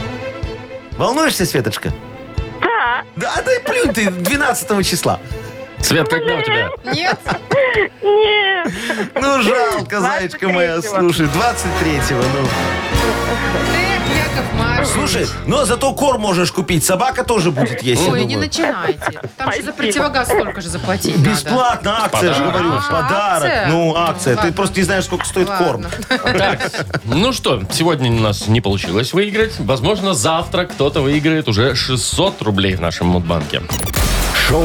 [SPEAKER 4] Волнуешься, Светочка?
[SPEAKER 8] Да,
[SPEAKER 4] Да, а ты плюнь ты 12 числа.
[SPEAKER 2] Свет, когда у тебя?
[SPEAKER 3] Нет?
[SPEAKER 8] нет.
[SPEAKER 4] Ну, жалко, зайчка моя,
[SPEAKER 8] 23-го.
[SPEAKER 4] слушай, 23-го, ну.
[SPEAKER 3] Ты, Яков Маркович.
[SPEAKER 4] Слушай, но зато корм можешь купить, собака тоже будет есть, я
[SPEAKER 3] Ой, не
[SPEAKER 4] думаю.
[SPEAKER 3] начинайте. Там же за противогаз столько же заплатить надо.
[SPEAKER 4] Бесплатно, акция, же
[SPEAKER 2] Подарок.
[SPEAKER 4] говорю,
[SPEAKER 3] А,
[SPEAKER 4] подарок.
[SPEAKER 3] акция?
[SPEAKER 4] Ну, акция, ты
[SPEAKER 3] Ладно.
[SPEAKER 4] просто не знаешь, сколько стоит корм.
[SPEAKER 3] Ладно.
[SPEAKER 2] Так, ну что, сегодня у нас не получилось выиграть. Возможно, завтра кто-то выиграет уже 600 рублей в нашем мудбанке.
[SPEAKER 1] Шоу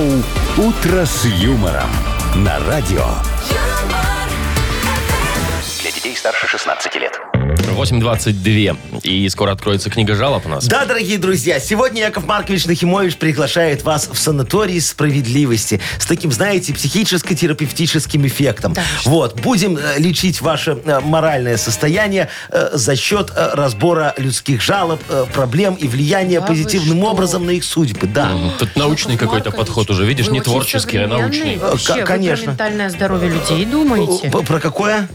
[SPEAKER 1] «Утро с юмором» на радио.
[SPEAKER 7] Для детей старше 16 лет.
[SPEAKER 2] 8.22. И скоро откроется книга жалоб у нас.
[SPEAKER 4] Да, дорогие друзья, сегодня Яков Маркович Нахимович приглашает вас в санаторий справедливости с таким, знаете, психическо-терапевтическим эффектом. вот, будем э, лечить ваше э, моральное состояние э, за счет э, разбора людских жалоб, э, проблем и влияния
[SPEAKER 3] Да вы
[SPEAKER 4] позитивным
[SPEAKER 3] что?
[SPEAKER 4] образом на их судьбы. Да. Э,
[SPEAKER 2] М, Тут научный
[SPEAKER 3] Яков
[SPEAKER 2] какой-то
[SPEAKER 3] Маркович,
[SPEAKER 2] подход уже, видишь,
[SPEAKER 3] вы
[SPEAKER 2] не
[SPEAKER 3] очень
[SPEAKER 2] творческий, а
[SPEAKER 3] современный.
[SPEAKER 2] научный.
[SPEAKER 3] Вообще,
[SPEAKER 4] Э,
[SPEAKER 3] вы
[SPEAKER 4] к-
[SPEAKER 3] про
[SPEAKER 4] конечно.
[SPEAKER 3] ментальное здоровье людей думаете?
[SPEAKER 4] П- Про какое?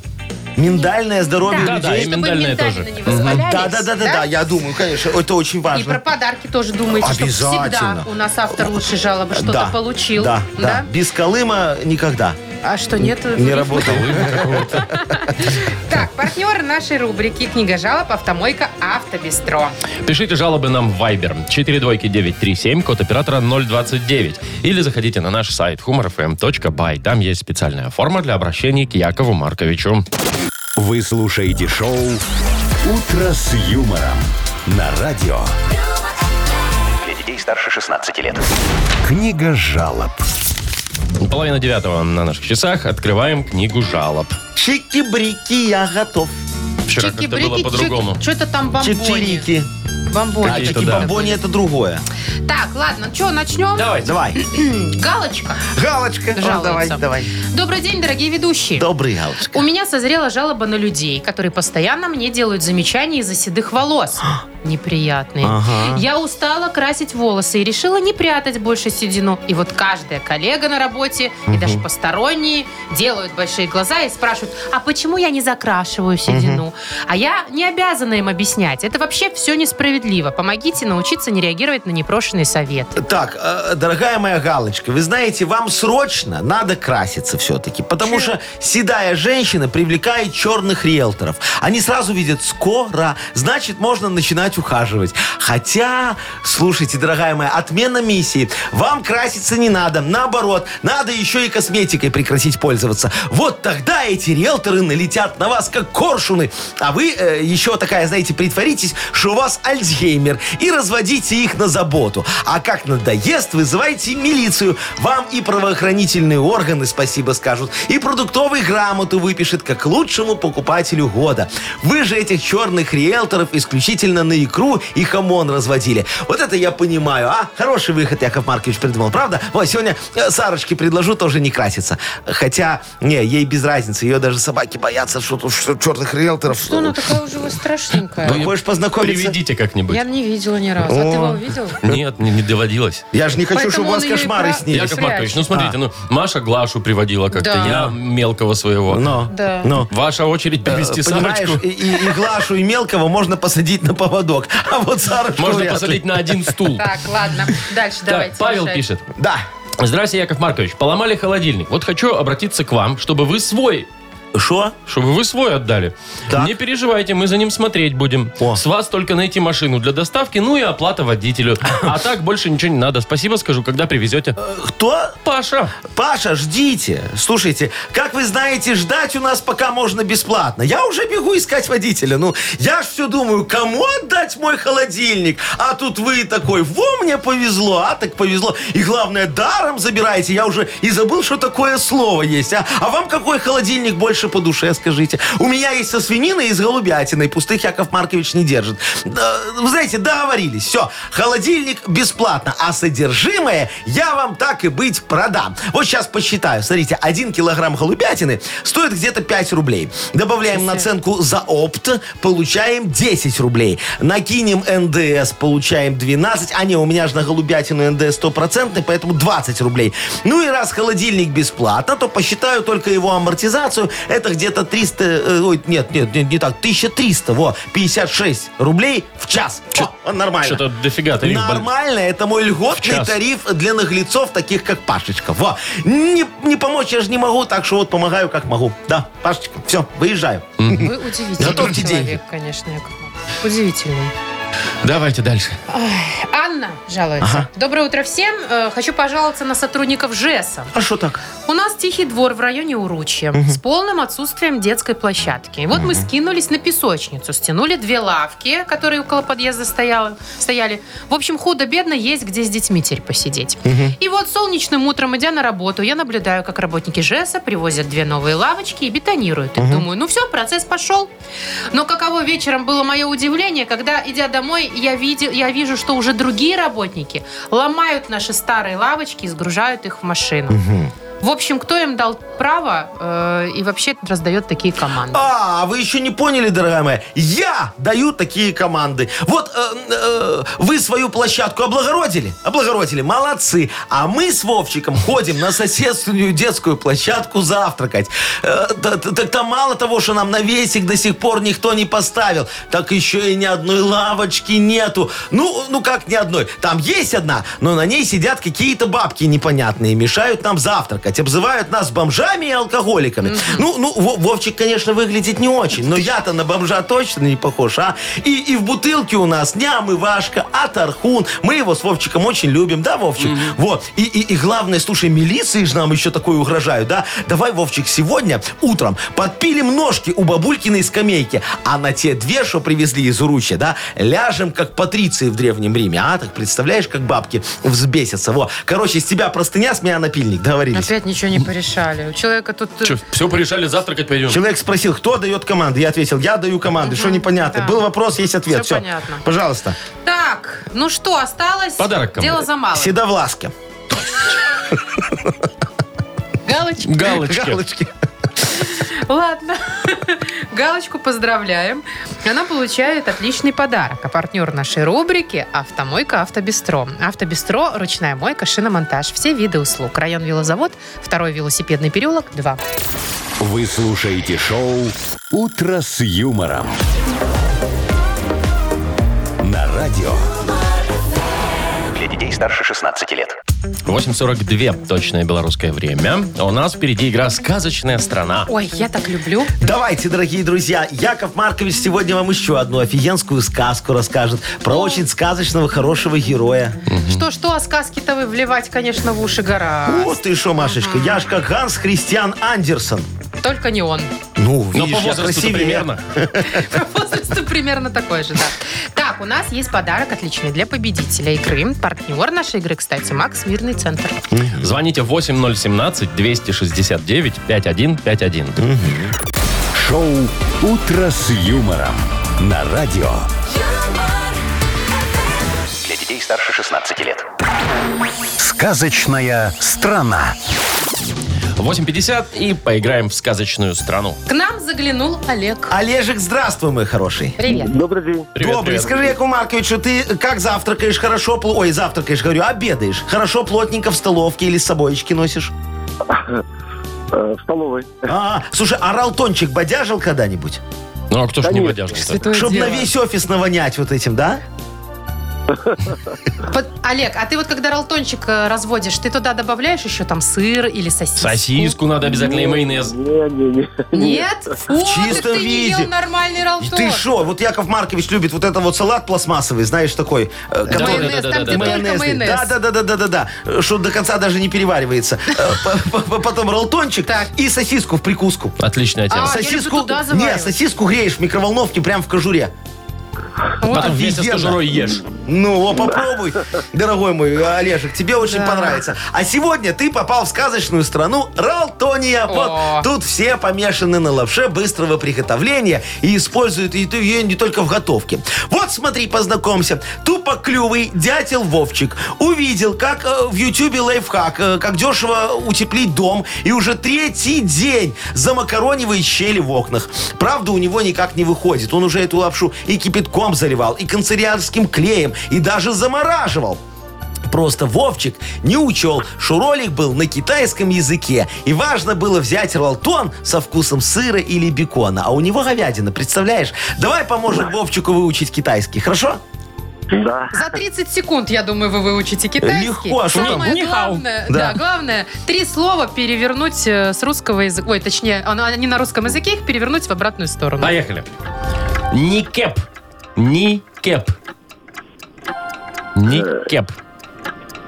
[SPEAKER 4] Миндальное здоровье
[SPEAKER 2] Да, да,
[SPEAKER 4] людей.
[SPEAKER 2] и миндальное тоже.
[SPEAKER 3] не
[SPEAKER 2] Мгм.
[SPEAKER 3] воспалялись,
[SPEAKER 4] Да, да, да, да, да, я думаю, конечно, это очень
[SPEAKER 3] И
[SPEAKER 4] важно.
[SPEAKER 3] про подарки тоже думаете, что
[SPEAKER 4] Обязательно.
[SPEAKER 3] всегда у нас автор лучшей жалобы что-то
[SPEAKER 4] Да,
[SPEAKER 3] получил.
[SPEAKER 4] Да, да. Без Колыма никогда
[SPEAKER 3] А что, нет?
[SPEAKER 4] не работает.
[SPEAKER 3] Так, партнер нашей рубрики «Книга жалоб. Автомойка. Автобестро».
[SPEAKER 2] Пишите жалобы нам в Viber 42937, код оператора 029. Или заходите на наш сайт humorfm.by. Там есть специальная форма для обращения к Якову Марковичу.
[SPEAKER 1] Вы слушаете шоу «Утро с юмором» на радио.
[SPEAKER 7] Для детей старше 16 лет.
[SPEAKER 1] Книга жалоб.
[SPEAKER 2] Половина девятого на наших часах. Открываем книгу жалоб.
[SPEAKER 4] Чики-брики, я готов.
[SPEAKER 2] Вчера как-то было по-другому.
[SPEAKER 3] Что-то там бомбони.
[SPEAKER 4] Чики-рики.
[SPEAKER 3] Бомбони.
[SPEAKER 2] А,
[SPEAKER 4] А
[SPEAKER 2] Какие-то
[SPEAKER 4] чики
[SPEAKER 2] да.
[SPEAKER 4] бомбони это другое.
[SPEAKER 3] Так, ладно, что, начнем?
[SPEAKER 2] Давайте.
[SPEAKER 4] Давай.
[SPEAKER 3] Галочка.
[SPEAKER 4] Галочка. Ну, Давай,
[SPEAKER 3] Жалуется.
[SPEAKER 4] давай.
[SPEAKER 3] Добрый день, дорогие ведущие.
[SPEAKER 4] Добрый галочка.
[SPEAKER 3] У меня созрела жалоба на людей, которые постоянно мне делают замечания из-за седых волос.
[SPEAKER 2] А.
[SPEAKER 3] Неприятные.
[SPEAKER 4] Ага.
[SPEAKER 3] Я устала красить волосы и решила не прятать больше седину. И вот каждая коллега на работе, и даже посторонние, делают большие глаза и спрашивают, а почему я не закрашиваю седину? А я не обязана им объяснять. Это вообще все несправедливо. Помогите научиться не реагировать на непрошенные советы.
[SPEAKER 4] Так, э, дорогая моя галочка, вы знаете, вам срочно надо краситься все-таки, потому что седая женщина привлекает черных риэлторов. Они сразу видят скоро, значит, можно начинать ухаживать. Хотя, слушайте, дорогая моя, отмена миссии. Вам краситься не надо, наоборот, надо еще и косметикой прекратить пользоваться. Вот тогда эти риэлторы налетят на вас, как коршуны. А вы э, еще такая, знаете, притворитесь, что у вас Альцгеймер, и разводите их на заботу. А как надоест, вызывайте милицию. Вам и правоохранительные органы спасибо скажут, и продуктовый грамоту выпишет как лучшему покупателю года. Вы же этих черных риэлторов исключительно на икру и хамон разводили. Вот это я понимаю, а? Хороший выход Яков Маркович придумал, правда? Вот, сегодня э, Сарочке предложу тоже не краситься. Хотя, не, ей без разницы, ее даже собаки боятся, что тут что черных риэлторов.
[SPEAKER 3] Что она Ну, такая уже страшненькая?
[SPEAKER 4] Ты хочешь познакомиться?
[SPEAKER 2] Приведите как-нибудь.
[SPEAKER 3] Я не видела ни разу. А ты его видел?
[SPEAKER 2] Нет, не, не доводилось.
[SPEAKER 4] Я же не хочу,
[SPEAKER 3] Поэтому
[SPEAKER 4] чтобы у вас
[SPEAKER 3] он её и
[SPEAKER 4] кошмары
[SPEAKER 3] про-
[SPEAKER 4] снились.
[SPEAKER 2] Яков Маркович, ну
[SPEAKER 4] А.
[SPEAKER 2] смотрите, ну Маша Глашу приводила как-то,
[SPEAKER 3] Да.
[SPEAKER 2] я мелкого своего.
[SPEAKER 4] Но,
[SPEAKER 3] Да.
[SPEAKER 4] но. э,
[SPEAKER 2] Ваша очередь привести
[SPEAKER 4] Понимаешь,
[SPEAKER 2] Сарочку.
[SPEAKER 4] и, и- и Глашу, и Мелкого можно посадить на поводок. А вот Сарочку
[SPEAKER 2] Можно
[SPEAKER 4] вряд ли.
[SPEAKER 2] посадить на один стул.
[SPEAKER 3] Так, ладно. Дальше давайте.
[SPEAKER 2] Так, Павел
[SPEAKER 3] решать.
[SPEAKER 2] пишет.
[SPEAKER 4] Да.
[SPEAKER 2] Здрасте, Яков Маркович. Поломали холодильник. Вот хочу обратиться к вам, чтобы вы свой
[SPEAKER 4] Шо?
[SPEAKER 2] чтобы вы свой отдали.
[SPEAKER 4] Так.
[SPEAKER 2] Не переживайте, мы за ним смотреть будем.
[SPEAKER 4] О.
[SPEAKER 2] С вас только найти машину для доставки, ну и оплата водителю. А так больше ничего не надо. Спасибо скажу, когда привезете.
[SPEAKER 4] Э, Кто?
[SPEAKER 2] Паша,
[SPEAKER 4] Паша, ждите. Слушайте, как вы знаете, ждать у нас пока можно бесплатно. Я уже бегу искать водителя. Ну, я ж все думаю, кому отдать мой холодильник? А тут вы такой, во, мне повезло, а так повезло. И главное, даром забираете. Я уже и забыл, что такое слово есть. А, а вам какой холодильник больше больше по душе, скажите. У меня есть со свининой и с голубятиной. Пустых Яков Маркович не держит. Да, Вы знаете, договорились. Все. Холодильник бесплатно, а содержимое я вам так и быть продам. Вот сейчас посчитаю. Смотрите, 1 килограмм голубятины стоит где-то 5 рублей. Добавляем наценку за опт, получаем 10 рублей. Накинем НДС, получаем 12. А не, у меня же на голубятину НДС стопроцентный, поэтому 20 рублей. Ну и раз холодильник бесплатно, то посчитаю только его амортизацию. Это где-то 300... э, Ой, нет, нет, нет, не так. 1300, во, 56 рублей в час. О, нормально.
[SPEAKER 2] Что-то дофига тариф бол-
[SPEAKER 4] Нормально, это мой льготный
[SPEAKER 2] час.
[SPEAKER 4] тариф для наглецов, таких как Пашечка. Во. Не, не помочь я же не могу, так что вот помогаю как могу. Да, Пашечка, все, выезжаю.
[SPEAKER 3] Вы удивительный
[SPEAKER 4] Готовьте
[SPEAKER 3] человек,
[SPEAKER 4] деньги.
[SPEAKER 3] конечно, Яков Маркович. Удивительный.
[SPEAKER 2] Давайте дальше.
[SPEAKER 3] Анна жалуется. Доброе утро всем. Э, Хочу пожаловаться на сотрудников ЖЭСа.
[SPEAKER 4] А что так?
[SPEAKER 3] У нас тихий двор в районе Уручья с полным отсутствием детской площадки. И вот мы скинулись на песочницу, стянули две лавки, которые около подъезда стояло- стояли. В общем, худо-бедно есть где с детьми теперь посидеть. И вот солнечным утром, идя на работу, я наблюдаю, как работники ЖЭСа привозят две новые лавочки и бетонируют их. Думаю, ну все, процесс пошел. Но каково вечером было мое удивление, когда, идя домой, я, видел, я вижу, что уже другие работники ломают наши старые лавочки и сгружают их в машину. В общем, кто им дал право э, и вообще раздает такие команды?
[SPEAKER 4] А, вы еще не поняли, дорогая моя. Я даю такие команды. Вот э, э, вы свою площадку облагородили? Облагородили, молодцы. А мы с Вовчиком ходим на соседственную детскую площадку завтракать. Э, та- та- Так там мало того, что нам навесик до сих пор никто не поставил, так еще и ни одной лавочки нету. Ну, ну как ни одной? Там есть одна, но на ней сидят какие-то бабки непонятные, мешают нам завтракать, обзывают нас бомжами и алкоголиками. Ну, ну, Во- Вовчик, конечно, выглядит не очень, но я-то на бомжа точно не похож, а? И, и в бутылке у нас не омывашка, а тархун. Мы его с Вовчиком очень любим, да, Вовчик? Вот. И, и, и главное, слушай, милиции же нам еще такое угрожают, да? Давай, Вовчик, сегодня утром подпилим ножки у бабулькиной скамейки, а на те две, что привезли из Уручья, да, ляжем, как патриции в Древнем Риме, а? Так представляешь, как бабки взбесятся, во. Короче, с тебя простыня, с меня напильник, договорились.
[SPEAKER 3] Опять ничего не порешали. У человека тут... э,
[SPEAKER 2] Че, все порешали, завтракать пойдем.
[SPEAKER 4] Человек спросил, кто дает команды. Я ответил, я даю команды. Что непонятно?
[SPEAKER 3] да.
[SPEAKER 4] Был вопрос, есть ответ.
[SPEAKER 3] Всё
[SPEAKER 4] Все,
[SPEAKER 3] понятно.
[SPEAKER 4] Пожалуйста.
[SPEAKER 3] Так, ну что, осталось?
[SPEAKER 2] Подарок кому?
[SPEAKER 3] Дело за малым.
[SPEAKER 4] Седовласки.
[SPEAKER 3] Галочка.
[SPEAKER 2] Галочки.
[SPEAKER 4] Галочки.
[SPEAKER 3] Ладно. Галочку поздравляем. Она получает отличный подарок. А партнер нашей рубрики – «Автомойка Автобестро». Автобестро – ручная мойка, шиномонтаж, все виды услуг. Район Велозавод, второй велосипедный переулок, 2.
[SPEAKER 1] Вы слушаете шоу «Утро с юмором». На радио
[SPEAKER 7] Для детей старше 16 лет.
[SPEAKER 2] 8.42 точное белорусское время. А У нас впереди игра «Сказочная страна».
[SPEAKER 3] Ой, я так люблю.
[SPEAKER 4] Давайте, дорогие друзья. Яков Маркович сегодня вам еще одну офигенскую сказку расскажет про очень сказочного хорошего героя.
[SPEAKER 3] Что-что, а сказки-то вы вливать, конечно, в уши гора.
[SPEAKER 4] Вот ты что, Машечка, я ж как Ганс Христиан Андерсон.
[SPEAKER 3] Только не он.
[SPEAKER 4] Ну,
[SPEAKER 2] Но
[SPEAKER 4] видишь,
[SPEAKER 2] по
[SPEAKER 4] я
[SPEAKER 2] возрасту
[SPEAKER 4] красивее.
[SPEAKER 2] примерно.
[SPEAKER 3] По возрасту примерно такой же, да. Так, у нас есть подарок отличный для победителя игры. Партнер нашей игры, кстати, Макс Мирный Центр.
[SPEAKER 2] Звоните 8017-269-5151.
[SPEAKER 1] шоу «Утро с юмором». На радио
[SPEAKER 6] юмор,
[SPEAKER 7] Для детей старше 16 лет.
[SPEAKER 1] «Сказочная страна».
[SPEAKER 2] 8.50 и поиграем в «Сказочную страну».
[SPEAKER 3] К нам заглянул Олег.
[SPEAKER 4] Олежек, здравствуй, мой хороший.
[SPEAKER 3] Привет.
[SPEAKER 5] Добрый день.
[SPEAKER 2] Привет,
[SPEAKER 4] Добрый,
[SPEAKER 2] привет.
[SPEAKER 4] скажи, Яку Марковичу, ты как завтракаешь хорошо, пл- ой, завтракаешь, говорю, обедаешь, хорошо плотненько в столовке или с собойчики носишь?
[SPEAKER 5] Э, В столовой.
[SPEAKER 4] А, слушай, а ралтончик бодяжил когда-нибудь?
[SPEAKER 2] Ну а кто ж не
[SPEAKER 5] Конечно.
[SPEAKER 2] бодяжится?
[SPEAKER 4] Чтобы на весь офис навонять вот этим, да?
[SPEAKER 3] Под- Олег, а ты вот когда ралтончик э, разводишь, ты туда добавляешь еще там сыр или сосиску?
[SPEAKER 2] Сосиску
[SPEAKER 4] Ну.
[SPEAKER 2] надо обязательно и майонез.
[SPEAKER 5] Не-не-не.
[SPEAKER 3] Нет? Фу,
[SPEAKER 4] В чистом
[SPEAKER 3] ты не
[SPEAKER 4] виде.
[SPEAKER 3] ел нормальный ралтон.
[SPEAKER 4] Ты шо? Вот Яков Маркович любит вот это вот салат пластмассовый, знаешь, такой, э,
[SPEAKER 2] Да,
[SPEAKER 4] который
[SPEAKER 3] Майонез,
[SPEAKER 2] да, да,
[SPEAKER 3] там
[SPEAKER 2] да,
[SPEAKER 3] где
[SPEAKER 2] да.
[SPEAKER 3] только майонез.
[SPEAKER 4] Да, да, да, да, да, да, да. Что до конца даже не переваривается. Э, по- по- Потом ралтончик
[SPEAKER 3] Так.
[SPEAKER 4] и сосиску в прикуску.
[SPEAKER 2] Отличная тема.
[SPEAKER 3] А, я люблю туда заваривать.
[SPEAKER 4] не, сосиску греешь в микроволновке прям в кожуре. а
[SPEAKER 2] Потом вместе с
[SPEAKER 4] офигенно.
[SPEAKER 2] кожурой ешь.
[SPEAKER 4] Ну, о, попробуй, дорогой мой Олежек, тебе очень понравится. А сегодня ты попал в сказочную страну Ралтония.
[SPEAKER 3] О.
[SPEAKER 4] Вот тут все помешаны на лапше быстрого приготовления и используют ее не только в готовке. Вот смотри, познакомься. Тупоклювый дятел Вовчик увидел, как э, в Ютубе лайфхак, э, как дешево утеплить дом, и уже третий день замакаронивает щели в окнах. Правда, у него никак не выходит. Он уже эту лапшу и кипятком заливал, и канцелярским клеем, и даже замораживал. Просто Вовчик не учел, что ролик был на китайском языке, и важно было взять ролтон со вкусом сыра или бекона, а у него говядина, представляешь? Давай поможем Вовчику выучить китайский, хорошо?
[SPEAKER 5] Да.
[SPEAKER 3] За 30 секунд, я думаю, вы выучите китайский.
[SPEAKER 4] Легко, а что там?
[SPEAKER 3] Самое
[SPEAKER 2] Ни хау.
[SPEAKER 3] главное, да.
[SPEAKER 4] Да.
[SPEAKER 3] главное, три слова перевернуть э, с русского языка, ой, точнее, оно- они на русском языке, их перевернуть в обратную сторону.
[SPEAKER 2] Поехали. Никеп. Никеп. Никеп.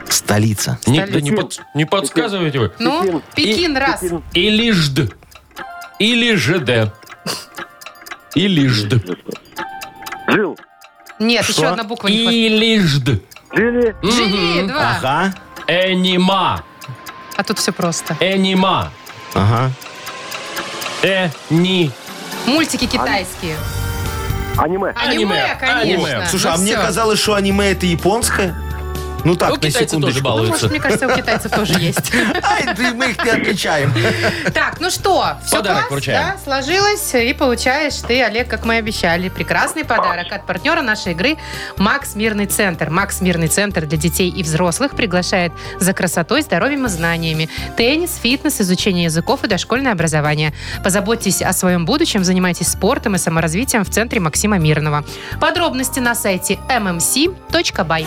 [SPEAKER 4] Столица.
[SPEAKER 2] Ник- да не, под- не подсказывайте вы.
[SPEAKER 3] Ну, Пекин, раз.
[SPEAKER 2] Или жд. Или ЖД. Или жд.
[SPEAKER 5] Жил.
[SPEAKER 3] Нет,
[SPEAKER 4] Что?
[SPEAKER 3] еще одна буква не хватает.
[SPEAKER 2] Или жд.
[SPEAKER 5] Жили.
[SPEAKER 3] Жили, два.
[SPEAKER 4] Ага.
[SPEAKER 2] Энима.
[SPEAKER 3] А тут все просто.
[SPEAKER 2] Энима.
[SPEAKER 4] Ага.
[SPEAKER 2] Эни.
[SPEAKER 3] Мультики китайские.
[SPEAKER 5] Аниме.
[SPEAKER 3] Аниме,
[SPEAKER 2] Аниме,
[SPEAKER 3] конечно.
[SPEAKER 2] аниме.
[SPEAKER 4] Слушай,
[SPEAKER 3] Ну
[SPEAKER 4] а мне
[SPEAKER 3] всё.
[SPEAKER 4] казалось, что аниме это японское. Ну так,
[SPEAKER 2] Ну,
[SPEAKER 4] на
[SPEAKER 2] китайцы тоже
[SPEAKER 4] секундочку.
[SPEAKER 3] Ну, может,
[SPEAKER 2] балуются.
[SPEAKER 3] мне кажется, у китайцев тоже есть.
[SPEAKER 4] Ай, ты, мы их не отличаем.
[SPEAKER 3] Так, ну что, все
[SPEAKER 2] Подарок
[SPEAKER 3] класс,
[SPEAKER 2] вручаем.
[SPEAKER 3] да, сложилось, и получаешь ты, Олег, как мы и обещали, прекрасный подарок от партнера нашей игры «Макс Мирный Центр». «Макс Мирный Центр» для детей и взрослых приглашает за красотой, здоровьем и знаниями. Теннис, фитнес, изучение языков и дошкольное образование. Позаботьтесь о своем будущем, занимайтесь спортом и саморазвитием в Центре Максима Мирного. Подробности на сайте mmc.by.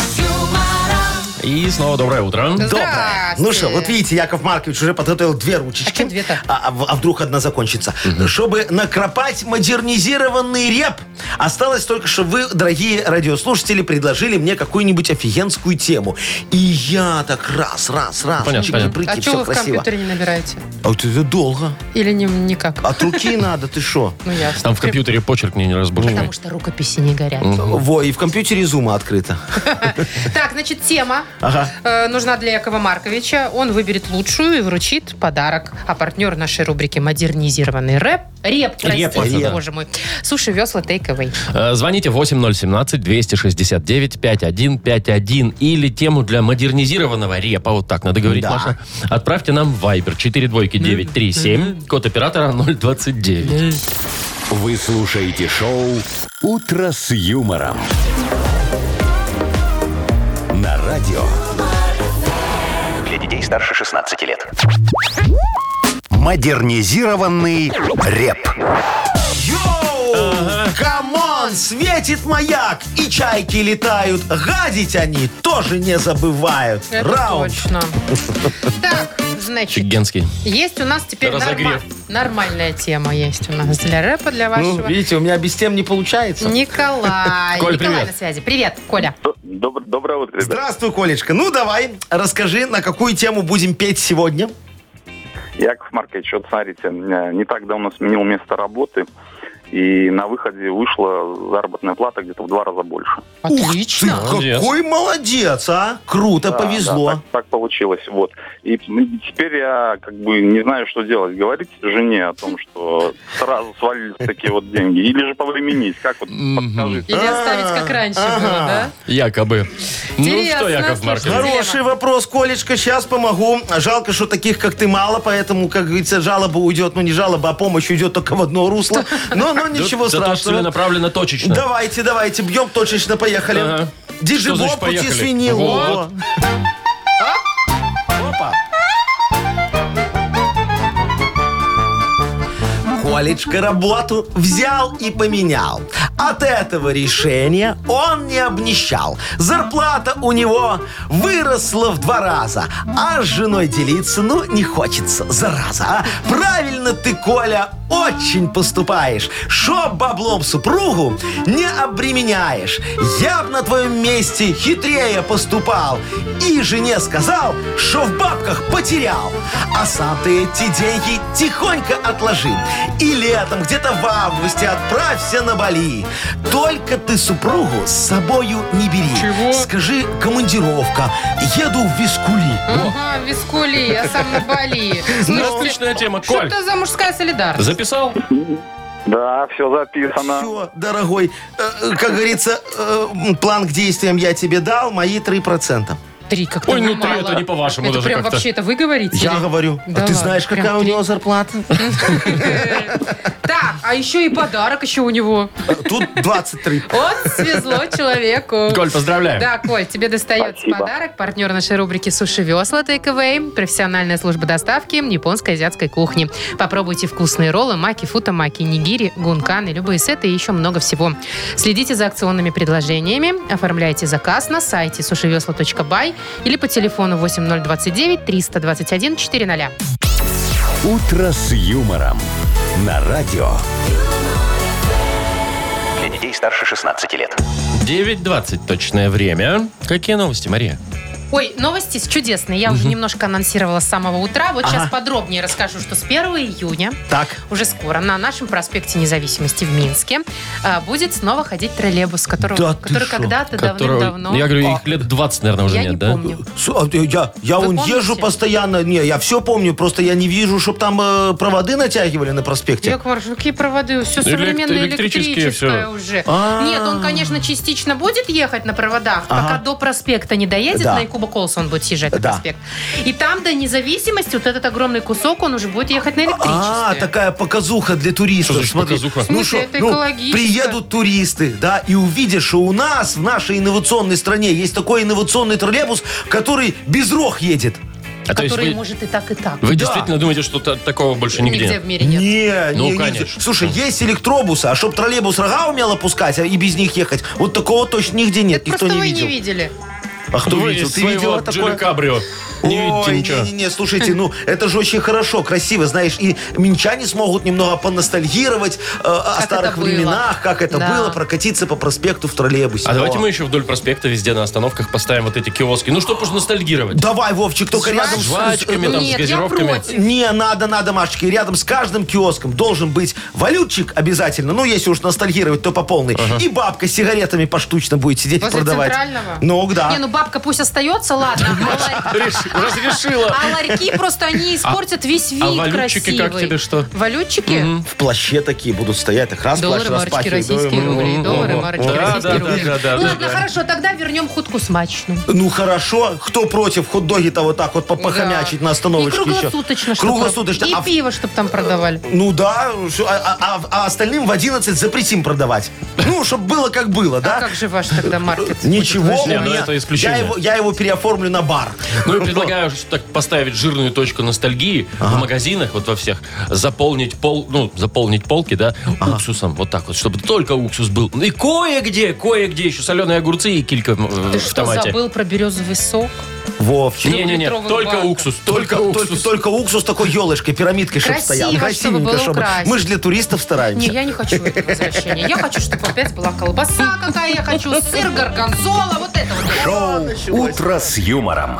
[SPEAKER 2] И снова доброе утро.
[SPEAKER 4] Доброе. Ну что, вот видите, Яков Маркович уже подготовил две
[SPEAKER 3] А чё
[SPEAKER 4] ручечки.
[SPEAKER 3] две-то?
[SPEAKER 4] А, а в- а вдруг одна закончится. Чтобы накропать модернизированный реп, осталось только, что вы, дорогие радиослушатели, предложили мне какую-нибудь офигенскую тему. И я так раз, раз, раз.
[SPEAKER 2] Понятно, понятно.
[SPEAKER 4] чики-брыки,
[SPEAKER 3] А
[SPEAKER 4] всё
[SPEAKER 3] что вы в
[SPEAKER 4] красиво.
[SPEAKER 3] компьютере не набираете?
[SPEAKER 4] А вот это долго.
[SPEAKER 3] Или не, никак?
[SPEAKER 4] От руки надо, ты что?
[SPEAKER 3] Ну, я
[SPEAKER 2] Там в компьютере почерк мне не разборчивый.
[SPEAKER 3] Потому что рукописи не горят.
[SPEAKER 4] Во, и в компьютере зума открыто.
[SPEAKER 3] Так, значит, тема
[SPEAKER 4] Ага.
[SPEAKER 3] э, нужна для Якова Марковича. Он выберет лучшую и вручит подарок. А партнер нашей рубрики «Модернизированный рэп». Реп, простите,
[SPEAKER 2] Реп, это да.
[SPEAKER 3] боже мой. Суши, весла, тейковый.
[SPEAKER 2] Э, Звоните 8017-269-5151 или тему для модернизированного репа, вот так надо говорить,
[SPEAKER 4] Да.
[SPEAKER 2] Маша. Отправьте нам в Viber 42937, код оператора 029.
[SPEAKER 1] Вы слушаете шоу «Утро с юмором». На радио
[SPEAKER 7] Для детей старше 16 лет.
[SPEAKER 1] «Модернизированный реп».
[SPEAKER 4] Йоу! Камон! Светит маяк! И чайки летают. Гадить они тоже не забывают.
[SPEAKER 3] Это
[SPEAKER 4] Раунд.
[SPEAKER 3] точно. Так, значит,
[SPEAKER 2] Чигенский.
[SPEAKER 3] есть у нас теперь
[SPEAKER 2] Разогрев.
[SPEAKER 3] норма- нормальная тема есть у нас для рэпа, для
[SPEAKER 4] Ну,
[SPEAKER 3] вашего.
[SPEAKER 4] видите, у меня без тем не получается.
[SPEAKER 3] Николай.
[SPEAKER 2] Коль,
[SPEAKER 3] Николай
[SPEAKER 2] привет.
[SPEAKER 3] на связи. Привет, Коля.
[SPEAKER 5] Доб- доброе утро, ребят.
[SPEAKER 4] Здравствуй, Колечка. Ну, давай, расскажи, на какую тему будем петь сегодня?
[SPEAKER 5] Яков Маркович, вот смотрите, э, не так давно сменил место работы, и на выходе вышла заработная плата где-то в два раза больше.
[SPEAKER 3] Отлично.
[SPEAKER 4] Ух ты,
[SPEAKER 2] Молодец.
[SPEAKER 4] какой молодец, а! Круто,
[SPEAKER 5] Да, да,
[SPEAKER 4] повезло.
[SPEAKER 5] так, так получилось, вот. И м, теперь я как бы не знаю, что делать. Говорить жене о том, что сразу свалились такие вот деньги, или же повременить, как вот
[SPEAKER 2] Мгм.
[SPEAKER 5] подскажите.
[SPEAKER 3] Или оставить, как раньше
[SPEAKER 4] Ага.
[SPEAKER 3] было, да?
[SPEAKER 2] Якобы. Ну
[SPEAKER 3] Интересно,
[SPEAKER 2] что, Яков
[SPEAKER 3] слушай,
[SPEAKER 2] Маркович?
[SPEAKER 4] Хороший вопрос, Колечка, сейчас помогу. Жалко, что таких, как ты, мало, поэтому, как говорится, жалоба уйдет, ну не жалоба, а помощь уйдет только в одно русло. Но, но ничего
[SPEAKER 2] Зато
[SPEAKER 4] страшного.
[SPEAKER 2] целенаправленно, точечно.
[SPEAKER 4] Давайте, давайте, бьем точечно, поехали.
[SPEAKER 2] Ага. Что
[SPEAKER 4] Диджибо
[SPEAKER 2] значит
[SPEAKER 4] пути
[SPEAKER 2] поехали?
[SPEAKER 4] свинил.
[SPEAKER 2] Вот.
[SPEAKER 4] Во. Опа. Колечка работу взял и поменял. От этого решения он не обнищал. Зарплата у него выросла в два раза. А с женой делиться, ну, не хочется, зараза. а. Правильно ты, Коля, очень поступаешь. Шо баблом супругу не обременяешь. Я б на твоем месте хитрее поступал. И жене сказал, что в бабках потерял. А сам ты эти деньги тихонько отложи. И летом, где-то в августе отправься на Бали. Только ты супругу с собою не бери.
[SPEAKER 3] Чего?
[SPEAKER 4] Скажи, командировка. Еду в Вискули.
[SPEAKER 3] Ага, вискули, я сам на Бали.
[SPEAKER 2] Ну,
[SPEAKER 3] Слушайте,
[SPEAKER 2] отличная тема.
[SPEAKER 3] что
[SPEAKER 2] Коль,
[SPEAKER 3] это за мужская солидарность?
[SPEAKER 2] записал?
[SPEAKER 5] Да, все записано.
[SPEAKER 4] Все, дорогой, Э, э, как говорится, э, м, план к действиям я тебе дал, мои 3%.
[SPEAKER 3] Три, как-то
[SPEAKER 2] Ой, ну
[SPEAKER 3] мало.
[SPEAKER 2] три, это не по-вашему
[SPEAKER 3] Это
[SPEAKER 2] даже
[SPEAKER 3] прям
[SPEAKER 2] как-то.
[SPEAKER 3] вообще, это вы говорите?
[SPEAKER 4] Я говорю.
[SPEAKER 3] Да
[SPEAKER 4] а ты
[SPEAKER 3] ладно,
[SPEAKER 4] знаешь,
[SPEAKER 3] прям
[SPEAKER 4] какая у
[SPEAKER 3] три.
[SPEAKER 4] него зарплата?
[SPEAKER 3] Так, а еще и подарок еще у него.
[SPEAKER 4] Э, Тут 23.
[SPEAKER 3] Вот свезло человеку.
[SPEAKER 2] Коль, поздравляем.
[SPEAKER 3] Да, Коль, тебе достается
[SPEAKER 5] Спасибо.
[SPEAKER 3] подарок. Партнер нашей рубрики «Суши весла» Takeaway. Профессиональная служба доставки японской и азиатской кухни. Попробуйте вкусные роллы, маки, футамаки, нигири, гунканы, любые сеты и еще много всего. Следите за акционными предложениями. Оформляйте заказ на сайте сушивесла.бай или по телефону 8029 321 400.
[SPEAKER 1] «Утро с юмором» на радио.
[SPEAKER 7] Для детей старше 16 лет.
[SPEAKER 2] 9.20 точное время. Какие новости, Мария?
[SPEAKER 3] Ой, новости чудесные. Я уже немножко анонсировала с самого утра. Вот сейчас подробнее расскажу, что с 1 июня
[SPEAKER 4] Так.
[SPEAKER 3] уже скоро на нашем проспекте независимости в Минске а, будет снова ходить троллейбус, который,
[SPEAKER 4] Да ты
[SPEAKER 3] который
[SPEAKER 4] шо?
[SPEAKER 3] когда-то
[SPEAKER 2] Которого-
[SPEAKER 3] давным-давно... А,
[SPEAKER 2] Я говорю, их лет 20, наверное, уже
[SPEAKER 3] Я
[SPEAKER 2] нет,
[SPEAKER 3] не
[SPEAKER 2] да?
[SPEAKER 3] помню.
[SPEAKER 4] С- а, э, Я, я
[SPEAKER 3] Вы
[SPEAKER 4] вон
[SPEAKER 3] помните?
[SPEAKER 4] езжу постоянно. Не, я все помню, просто я не вижу, чтобы там э, проводы натягивали на проспекте.
[SPEAKER 3] Яков Маркович, какие проводы? Все современное
[SPEAKER 2] электрические
[SPEAKER 3] электрическое
[SPEAKER 2] всё.
[SPEAKER 3] уже.
[SPEAKER 4] А.
[SPEAKER 3] Нет, он, конечно, частично будет ехать на проводах, пока до проспекта не доедет,
[SPEAKER 4] Да.
[SPEAKER 3] на Якуба Колса он будет съезжать на
[SPEAKER 4] Да.
[SPEAKER 3] проспект. И там до независимости вот этот огромный кусок, он уже будет ехать на электричестве.
[SPEAKER 4] А, такая показуха для туристов.
[SPEAKER 2] Что значит
[SPEAKER 4] Смотри.
[SPEAKER 2] показуха?
[SPEAKER 4] Ну
[SPEAKER 3] В смысле,
[SPEAKER 4] что,
[SPEAKER 3] это
[SPEAKER 4] ну,
[SPEAKER 3] экологично.
[SPEAKER 4] приедут туристы, да, и увидишь, что у нас, в нашей инновационной стране, есть такой инновационный троллейбус, который без рог едет.
[SPEAKER 2] А то есть
[SPEAKER 3] который
[SPEAKER 2] вы-
[SPEAKER 3] может и так, и так.
[SPEAKER 4] Да.
[SPEAKER 2] Вы действительно думаете, что та- такого больше нигде?
[SPEAKER 3] Нигде в мире нет.
[SPEAKER 4] Не,
[SPEAKER 2] Ну,
[SPEAKER 4] не, не.
[SPEAKER 2] конечно.
[SPEAKER 4] Слушай, есть электробусы, а чтоб троллейбус рога умел опускать а и без них ехать, вот такого точно нигде нет, никто
[SPEAKER 3] Просто
[SPEAKER 4] не
[SPEAKER 3] вы не
[SPEAKER 4] видел.
[SPEAKER 3] видели.
[SPEAKER 4] А кто
[SPEAKER 2] Вы
[SPEAKER 4] видел?
[SPEAKER 2] из
[SPEAKER 4] Ты
[SPEAKER 2] своего
[SPEAKER 4] видела такое?
[SPEAKER 2] Джили Кабрио. Не видите
[SPEAKER 4] Ой,
[SPEAKER 2] ничего.
[SPEAKER 4] Не-не-не, слушайте, ну это же очень хорошо, красиво, знаешь, и минчане смогут немного поностальгировать э, о
[SPEAKER 3] Как
[SPEAKER 4] старых
[SPEAKER 3] это было.
[SPEAKER 4] временах, как это
[SPEAKER 3] Да.
[SPEAKER 4] было, прокатиться по проспекту в троллейбусе.
[SPEAKER 2] А давайте
[SPEAKER 4] О.
[SPEAKER 2] мы еще вдоль проспекта везде на остановках поставим вот эти киоски. Ну, чтобы уж ностальгировать.
[SPEAKER 4] Давай, Вовчик, только рядом с-
[SPEAKER 2] жвачками там, с
[SPEAKER 3] Нет, я
[SPEAKER 2] газировками.
[SPEAKER 3] против.
[SPEAKER 4] Не, надо, надо, Машечка. И рядом с каждым киоском должен быть валютчик обязательно. Ну, если уж ностальгировать, то по полной. И бабка с сигаретами поштучно будет сидеть и
[SPEAKER 3] Возле
[SPEAKER 4] продавать.
[SPEAKER 3] центрального?
[SPEAKER 4] Ну, да.
[SPEAKER 3] Не, ну бабка пусть остается, ладно. а ларь-
[SPEAKER 2] Реш- Разрешила.
[SPEAKER 3] А ларьки просто они испортят весь вид
[SPEAKER 2] а валютчики
[SPEAKER 3] красивый.
[SPEAKER 2] как тебе что?
[SPEAKER 3] Валютчики?
[SPEAKER 4] В плаще такие будут стоять, так раз плащ
[SPEAKER 3] Доллары, марочки,
[SPEAKER 4] распахивает.
[SPEAKER 3] российские рубли. Доллары, марочки,
[SPEAKER 2] Да, да,
[SPEAKER 3] российские
[SPEAKER 2] да,
[SPEAKER 3] рубли. Ну
[SPEAKER 2] да, да,
[SPEAKER 3] Ладно,
[SPEAKER 2] да.
[SPEAKER 3] хорошо, тогда вернем худку смачную.
[SPEAKER 4] Ну хорошо, кто против хот-доги-то вот так вот по- похомячить на
[SPEAKER 3] И
[SPEAKER 4] остановочке
[SPEAKER 3] круглосуточно.
[SPEAKER 4] еще?
[SPEAKER 3] чтоб-
[SPEAKER 4] Круглосуточно.
[SPEAKER 3] И
[SPEAKER 4] А в-
[SPEAKER 3] пиво, чтобы там продавали.
[SPEAKER 4] Ну да, всё, а, а- а- а остальным в 11 запретим продавать. Ну, чтобы было как было,
[SPEAKER 3] А
[SPEAKER 4] да?
[SPEAKER 3] как же ваш тогда маркет?
[SPEAKER 4] Ничего, у
[SPEAKER 2] Не, ну
[SPEAKER 4] меня-
[SPEAKER 2] это исключение.
[SPEAKER 4] Я, его, я его переоформлю на бар.
[SPEAKER 2] Ну и предлагаю что так поставить жирную точку ностальгии в магазинах, вот во всех, заполнить пол, ну, заполнить полки, да, уксусом, вот так вот, чтобы только уксус был. Ну И кое-где, кое-где еще соленые огурцы и килька э,
[SPEAKER 3] А Ты
[SPEAKER 2] в
[SPEAKER 3] что,
[SPEAKER 2] tomate.
[SPEAKER 3] забыл про березовый сок?
[SPEAKER 4] Вовчик.
[SPEAKER 2] Не-не-не,
[SPEAKER 3] Трехлитровую
[SPEAKER 2] только
[SPEAKER 3] банку.
[SPEAKER 2] уксус, только
[SPEAKER 4] Только, только,
[SPEAKER 2] уксус.
[SPEAKER 4] только уксус такой елочкой, пирамидкой, чтобы
[SPEAKER 3] Красиво,
[SPEAKER 4] стоял.
[SPEAKER 3] чтобы было украсить.
[SPEAKER 4] Мы же для туристов стараемся.
[SPEAKER 3] Не, я не хочу этого возвращения. Я хочу, чтобы опять была колбаса какая я хочу, сыр, горгонзола, вот это вот.
[SPEAKER 1] Шоу «Утро с юмором».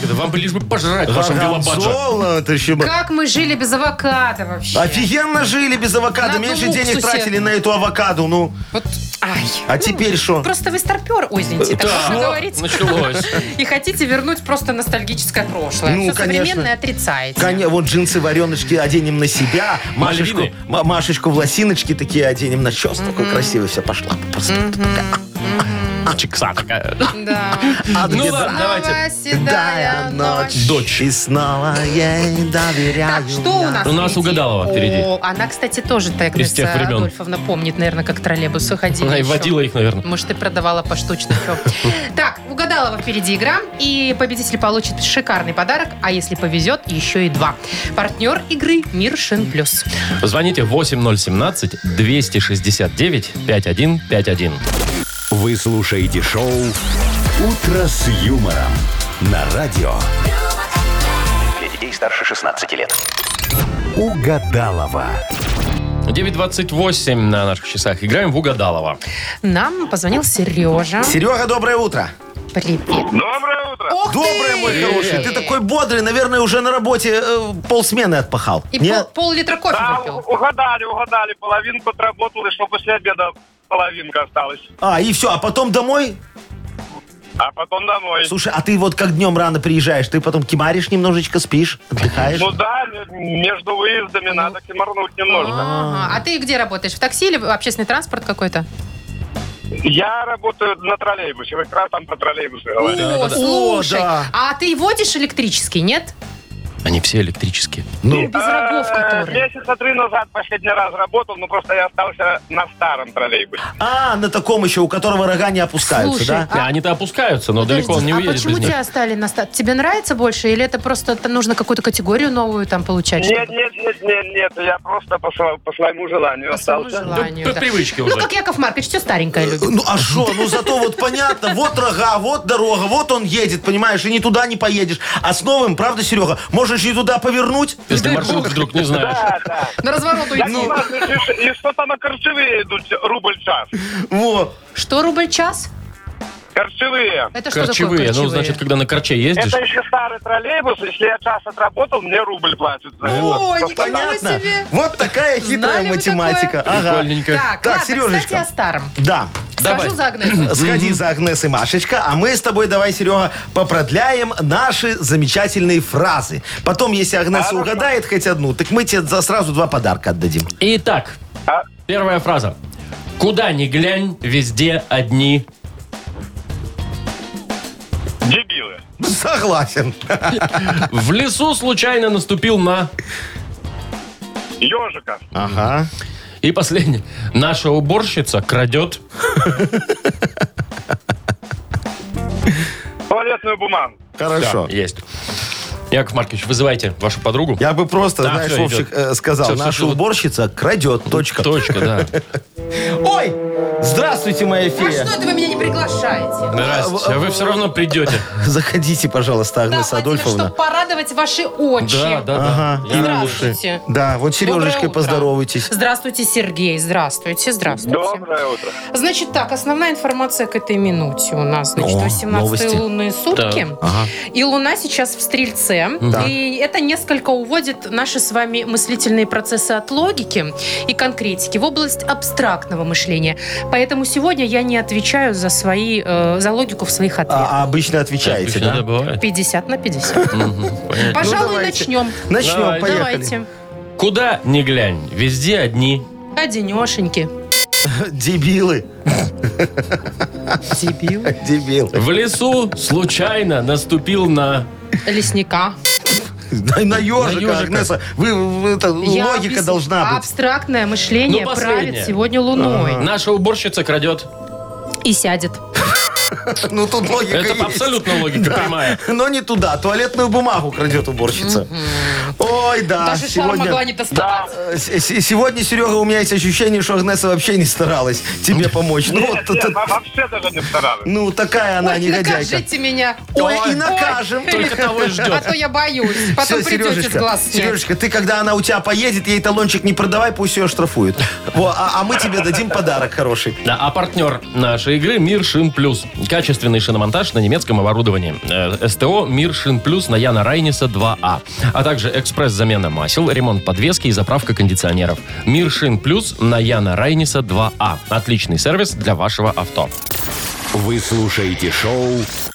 [SPEAKER 2] Когда Вам бы лишь бы пожрать в вашем Виллабаджо.
[SPEAKER 4] Горгонзола, ты еще бы-
[SPEAKER 3] Как мы жили без авокадо вообще?
[SPEAKER 4] Офигенно жили без авокадо.
[SPEAKER 3] На
[SPEAKER 4] Меньше
[SPEAKER 3] одном
[SPEAKER 4] денег
[SPEAKER 3] уксусе.
[SPEAKER 4] тратили на эту авокаду. Ну,
[SPEAKER 3] Вот, ай. Ну,
[SPEAKER 4] а теперь что?
[SPEAKER 3] Просто вы старпер, ой, извините, так можно говорить.
[SPEAKER 2] Ну, началось.
[SPEAKER 3] И хотите вернуть просто ностальгическое прошлое.
[SPEAKER 4] Ну,
[SPEAKER 3] Все
[SPEAKER 4] конечно.
[SPEAKER 3] современное отрицаете.
[SPEAKER 4] Коня, вот джинсы вареночки оденем на себя, Машечку,
[SPEAKER 2] Мальвины.
[SPEAKER 4] Ма- Машечку в лосиночки такие оденем на чес, такой красивый, все, пошла по проспекту.
[SPEAKER 2] Чикса такая.
[SPEAKER 3] Да.
[SPEAKER 4] А
[SPEAKER 2] Ну
[SPEAKER 4] где
[SPEAKER 2] ладно, давайте.
[SPEAKER 3] Снова седая
[SPEAKER 4] седая
[SPEAKER 3] ночь.
[SPEAKER 2] Дочь.
[SPEAKER 4] И снова ей доверяю.
[SPEAKER 3] Так, что у
[SPEAKER 4] я.
[SPEAKER 3] нас
[SPEAKER 2] У нас
[SPEAKER 3] впереди?
[SPEAKER 2] угадалова впереди.
[SPEAKER 3] О, она, кстати, тоже так
[SPEAKER 2] Из тех времен.
[SPEAKER 3] Адольфовна помнит, наверное, как троллейбусы ходили.
[SPEAKER 2] Она и
[SPEAKER 3] еще.
[SPEAKER 2] водила их, наверное.
[SPEAKER 3] Может, и продавала поштучно все. Так, угадалова впереди игра. И победитель получит шикарный подарок, а если повезет, еще и два. Партнер игры Мир Шин Плюс.
[SPEAKER 2] Звоните 8017-269-5151.
[SPEAKER 1] Вы слушаете шоу «Утро с юмором» на радио
[SPEAKER 7] Для детей старше 16 лет.
[SPEAKER 1] Угадалова.
[SPEAKER 2] 9.28 на наших часах. Играем в Угадалова.
[SPEAKER 3] Нам позвонил Сережа.
[SPEAKER 4] Серега, доброе утро.
[SPEAKER 3] Привет.
[SPEAKER 5] Доброе утро!
[SPEAKER 3] Ох
[SPEAKER 4] Доброе, мой хороший. Ты такой бодрый, наверное, уже на работе э, полсмены отпахал.
[SPEAKER 3] И
[SPEAKER 4] Нет?
[SPEAKER 3] пол- пол-литра кофе
[SPEAKER 6] Да,
[SPEAKER 3] выпил.
[SPEAKER 6] угадали, угадали. Половинку отработали, что после обеда половинка осталась.
[SPEAKER 4] А, и все, а потом домой?
[SPEAKER 6] А потом домой.
[SPEAKER 4] Слушай, а ты вот как днем рано приезжаешь, ты потом кимаришь немножечко, спишь, отдыхаешь?
[SPEAKER 6] Ну да, м- между выездами надо кимарнуть немножко.
[SPEAKER 3] Ага. А ты где работаешь? В такси или в общественный транспорт какой-то?
[SPEAKER 6] Я работаю на троллейбусе. Вы как раз там про троллейбусы говорили.
[SPEAKER 3] О,
[SPEAKER 4] да.
[SPEAKER 3] слушай.
[SPEAKER 4] О, да.
[SPEAKER 3] А ты водишь электрический, нет?
[SPEAKER 2] Они все электрические.
[SPEAKER 3] Ну, без рогов,
[SPEAKER 6] Э,
[SPEAKER 3] который.
[SPEAKER 6] Месяца три назад последний раз работал, но просто я остался на старом троллейбусе.
[SPEAKER 4] А, на таком еще, у которого рога не опускаются,
[SPEAKER 3] Слушай,
[SPEAKER 4] да?
[SPEAKER 3] А-
[SPEAKER 2] И Они-то опускаются, но далеко он не
[SPEAKER 3] Подожди, а
[SPEAKER 2] уедет
[SPEAKER 3] почему
[SPEAKER 2] без них.
[SPEAKER 3] тебя оставили на ста- Тебе нравится больше, или это просто т- нужно какую-то категорию новую там получать?
[SPEAKER 6] Нет,
[SPEAKER 3] чтобы-
[SPEAKER 6] нет, нет, нет, нет, я просто по, сво- по своему желанию
[SPEAKER 3] По своему
[SPEAKER 6] остался.
[SPEAKER 3] желанию,
[SPEAKER 2] По
[SPEAKER 3] да.
[SPEAKER 2] привычке
[SPEAKER 3] Ну,
[SPEAKER 2] уже.
[SPEAKER 3] как Яков Маркович, все старенькое любит.
[SPEAKER 4] Ну а что? Ну зато вот понятно, вот рога, вот дорога, вот он едет, понимаешь, и ни туда не поедешь. А с новым, правда, Серега, можешь и туда повернуть?
[SPEAKER 2] Если маршрут вдруг не знаешь.
[SPEAKER 6] Да, да.
[SPEAKER 3] На Ну, разворот
[SPEAKER 6] Я
[SPEAKER 5] ну,
[SPEAKER 3] уйди.
[SPEAKER 6] согласен, и, и что-то на корчевые идут, рубль-час.
[SPEAKER 4] Вот.
[SPEAKER 3] Что, рубль час?
[SPEAKER 6] Корчевые.
[SPEAKER 3] Это что такое
[SPEAKER 2] Корчевые. Ну,
[SPEAKER 3] корчевые?
[SPEAKER 2] значит, когда на корче ездишь,
[SPEAKER 6] Это еще старый троллейбус, если я час отработал, мне рубль платят. за это.
[SPEAKER 3] О, нифига
[SPEAKER 4] Понятно.
[SPEAKER 3] себе.
[SPEAKER 4] Вот такая хитрая
[SPEAKER 3] Знали вы
[SPEAKER 4] математика.
[SPEAKER 3] такое?
[SPEAKER 4] Ага.
[SPEAKER 2] прикольненько.
[SPEAKER 3] Так,
[SPEAKER 4] Так,
[SPEAKER 3] ладно, кстати,
[SPEAKER 4] Сережечка.
[SPEAKER 3] о старом.
[SPEAKER 4] Да.
[SPEAKER 2] Давай.
[SPEAKER 3] Скажу за Агнесу.
[SPEAKER 4] Сходи за Агнесой Машечка, а мы с тобой давай, Серега, попродляем наши замечательные фразы. Потом, если Агнеса угадает хоть одну, так мы тебе за сразу два подарка отдадим.
[SPEAKER 2] Итак,
[SPEAKER 6] А?
[SPEAKER 2] первая фраза. Куда ни глянь, везде одни.
[SPEAKER 6] Дебилы.
[SPEAKER 4] Согласен.
[SPEAKER 2] В лесу случайно наступил на...
[SPEAKER 6] Ежика.
[SPEAKER 4] Ага.
[SPEAKER 2] И последнее. Наша уборщица крадет.
[SPEAKER 6] Туалетную бумагу.
[SPEAKER 4] Хорошо.
[SPEAKER 2] Да, есть. Яков Маркович, вызывайте вашу подругу.
[SPEAKER 4] Я бы просто,
[SPEAKER 2] Да,
[SPEAKER 4] знаешь,
[SPEAKER 2] всё,
[SPEAKER 4] Вовчик
[SPEAKER 2] идёт. Ну,
[SPEAKER 4] э, сказал,
[SPEAKER 2] Всё, всё,
[SPEAKER 4] наша
[SPEAKER 2] всё, вот-
[SPEAKER 4] уборщица крадет, точка.
[SPEAKER 2] Точка, да.
[SPEAKER 4] Ой, здравствуйте, моя
[SPEAKER 3] А
[SPEAKER 4] фея.
[SPEAKER 3] что это вы меня не приглашаете?
[SPEAKER 2] Здрасте. А Вы все равно придете.
[SPEAKER 4] Заходите,
[SPEAKER 3] Да,
[SPEAKER 4] пожалуйста, Агнеса
[SPEAKER 3] Владимир,
[SPEAKER 4] Адольфовна.
[SPEAKER 3] чтобы порадовать ваши очи.
[SPEAKER 2] Да, да, да.
[SPEAKER 4] Ага,
[SPEAKER 2] Я
[SPEAKER 4] и
[SPEAKER 2] рад.
[SPEAKER 4] уши.
[SPEAKER 3] Здравствуйте.
[SPEAKER 4] Да, вот с
[SPEAKER 3] Доброе
[SPEAKER 4] Сережечкой
[SPEAKER 3] утро.
[SPEAKER 4] поздоровайтесь.
[SPEAKER 3] Здравствуйте, Сергей. Здравствуйте, здравствуйте.
[SPEAKER 6] Доброе утро.
[SPEAKER 3] Значит так, основная информация к этой минуте у нас. Значит,
[SPEAKER 4] О,
[SPEAKER 3] 18
[SPEAKER 4] новости.
[SPEAKER 3] лунные сутки. И луна сейчас в Стрельце.
[SPEAKER 4] Да.
[SPEAKER 3] И это несколько уводит наши с вами мыслительные процессы от логики и конкретики в область абстрактного мышления. Поэтому сегодня я не отвечаю за свои, э, за логику в своих ответах.
[SPEAKER 4] А, а обычно отвечаете,
[SPEAKER 2] Обычно да,
[SPEAKER 4] да?
[SPEAKER 2] бывает.
[SPEAKER 3] 50 на 50.
[SPEAKER 2] Мгм, понятно.
[SPEAKER 3] Пожалуй,
[SPEAKER 4] Ну, давайте.
[SPEAKER 3] начнем.
[SPEAKER 4] Начнем,
[SPEAKER 2] Давай,
[SPEAKER 4] поехали.
[SPEAKER 3] Давайте.
[SPEAKER 2] Куда ни глянь, везде одни.
[SPEAKER 3] Одинешеньки.
[SPEAKER 4] Дебилы,
[SPEAKER 3] Дебил.
[SPEAKER 4] дебилы.
[SPEAKER 2] В лесу случайно наступил на...
[SPEAKER 3] Лесника.
[SPEAKER 4] Да и на ежика,
[SPEAKER 2] ежика.
[SPEAKER 4] Агнеса. Вы, вы- это,
[SPEAKER 3] Я
[SPEAKER 4] логика
[SPEAKER 3] объяс-
[SPEAKER 4] должна быть.
[SPEAKER 3] Абстрактное мышление
[SPEAKER 2] Ну, последнее.
[SPEAKER 3] правит сегодня луной.
[SPEAKER 2] Наша уборщица крадет.
[SPEAKER 3] И сядет.
[SPEAKER 4] Ну тут логика
[SPEAKER 2] Это
[SPEAKER 4] есть.
[SPEAKER 2] абсолютно логика
[SPEAKER 4] Да.
[SPEAKER 2] прямая.
[SPEAKER 4] Но не туда. Туалетную бумагу крадет уборщица. Ой, да.
[SPEAKER 3] Даже шар
[SPEAKER 4] А сегодня...
[SPEAKER 3] могла не доставать.
[SPEAKER 4] Э, с- с- Сегодня, Серега, у меня есть ощущение, что Агнеса вообще не старалась тебе помочь. Ну, вот
[SPEAKER 6] Нет, нет,
[SPEAKER 4] это-
[SPEAKER 6] во- вообще даже не старалась.
[SPEAKER 4] ну такая она
[SPEAKER 3] Ой,
[SPEAKER 4] негодяйка.
[SPEAKER 3] накажите меня.
[SPEAKER 4] Ой, и накажем.
[SPEAKER 2] Только того и
[SPEAKER 3] А
[SPEAKER 2] ждет.
[SPEAKER 3] то я боюсь. Потом
[SPEAKER 4] Всё,
[SPEAKER 3] придете с глаз снять.
[SPEAKER 4] Сережечка, ты когда она у тебя поедет, ей талончик не продавай, пусть ее штрафуют. Во, а, а мы тебе дадим подарок хороший.
[SPEAKER 2] Да, а партнер нашей игры Мир Шин Плюс. Качественный шиномонтаж на немецком оборудовании. Э, СТО Мир Шин Плюс на Яна Райниса 2А. А также экспресс-замена масел, ремонт подвески и заправка кондиционеров. Мир Шин Плюс на Яна Райниса 2А. Отличный сервис для вашего авто.
[SPEAKER 1] Вы слушаете шоу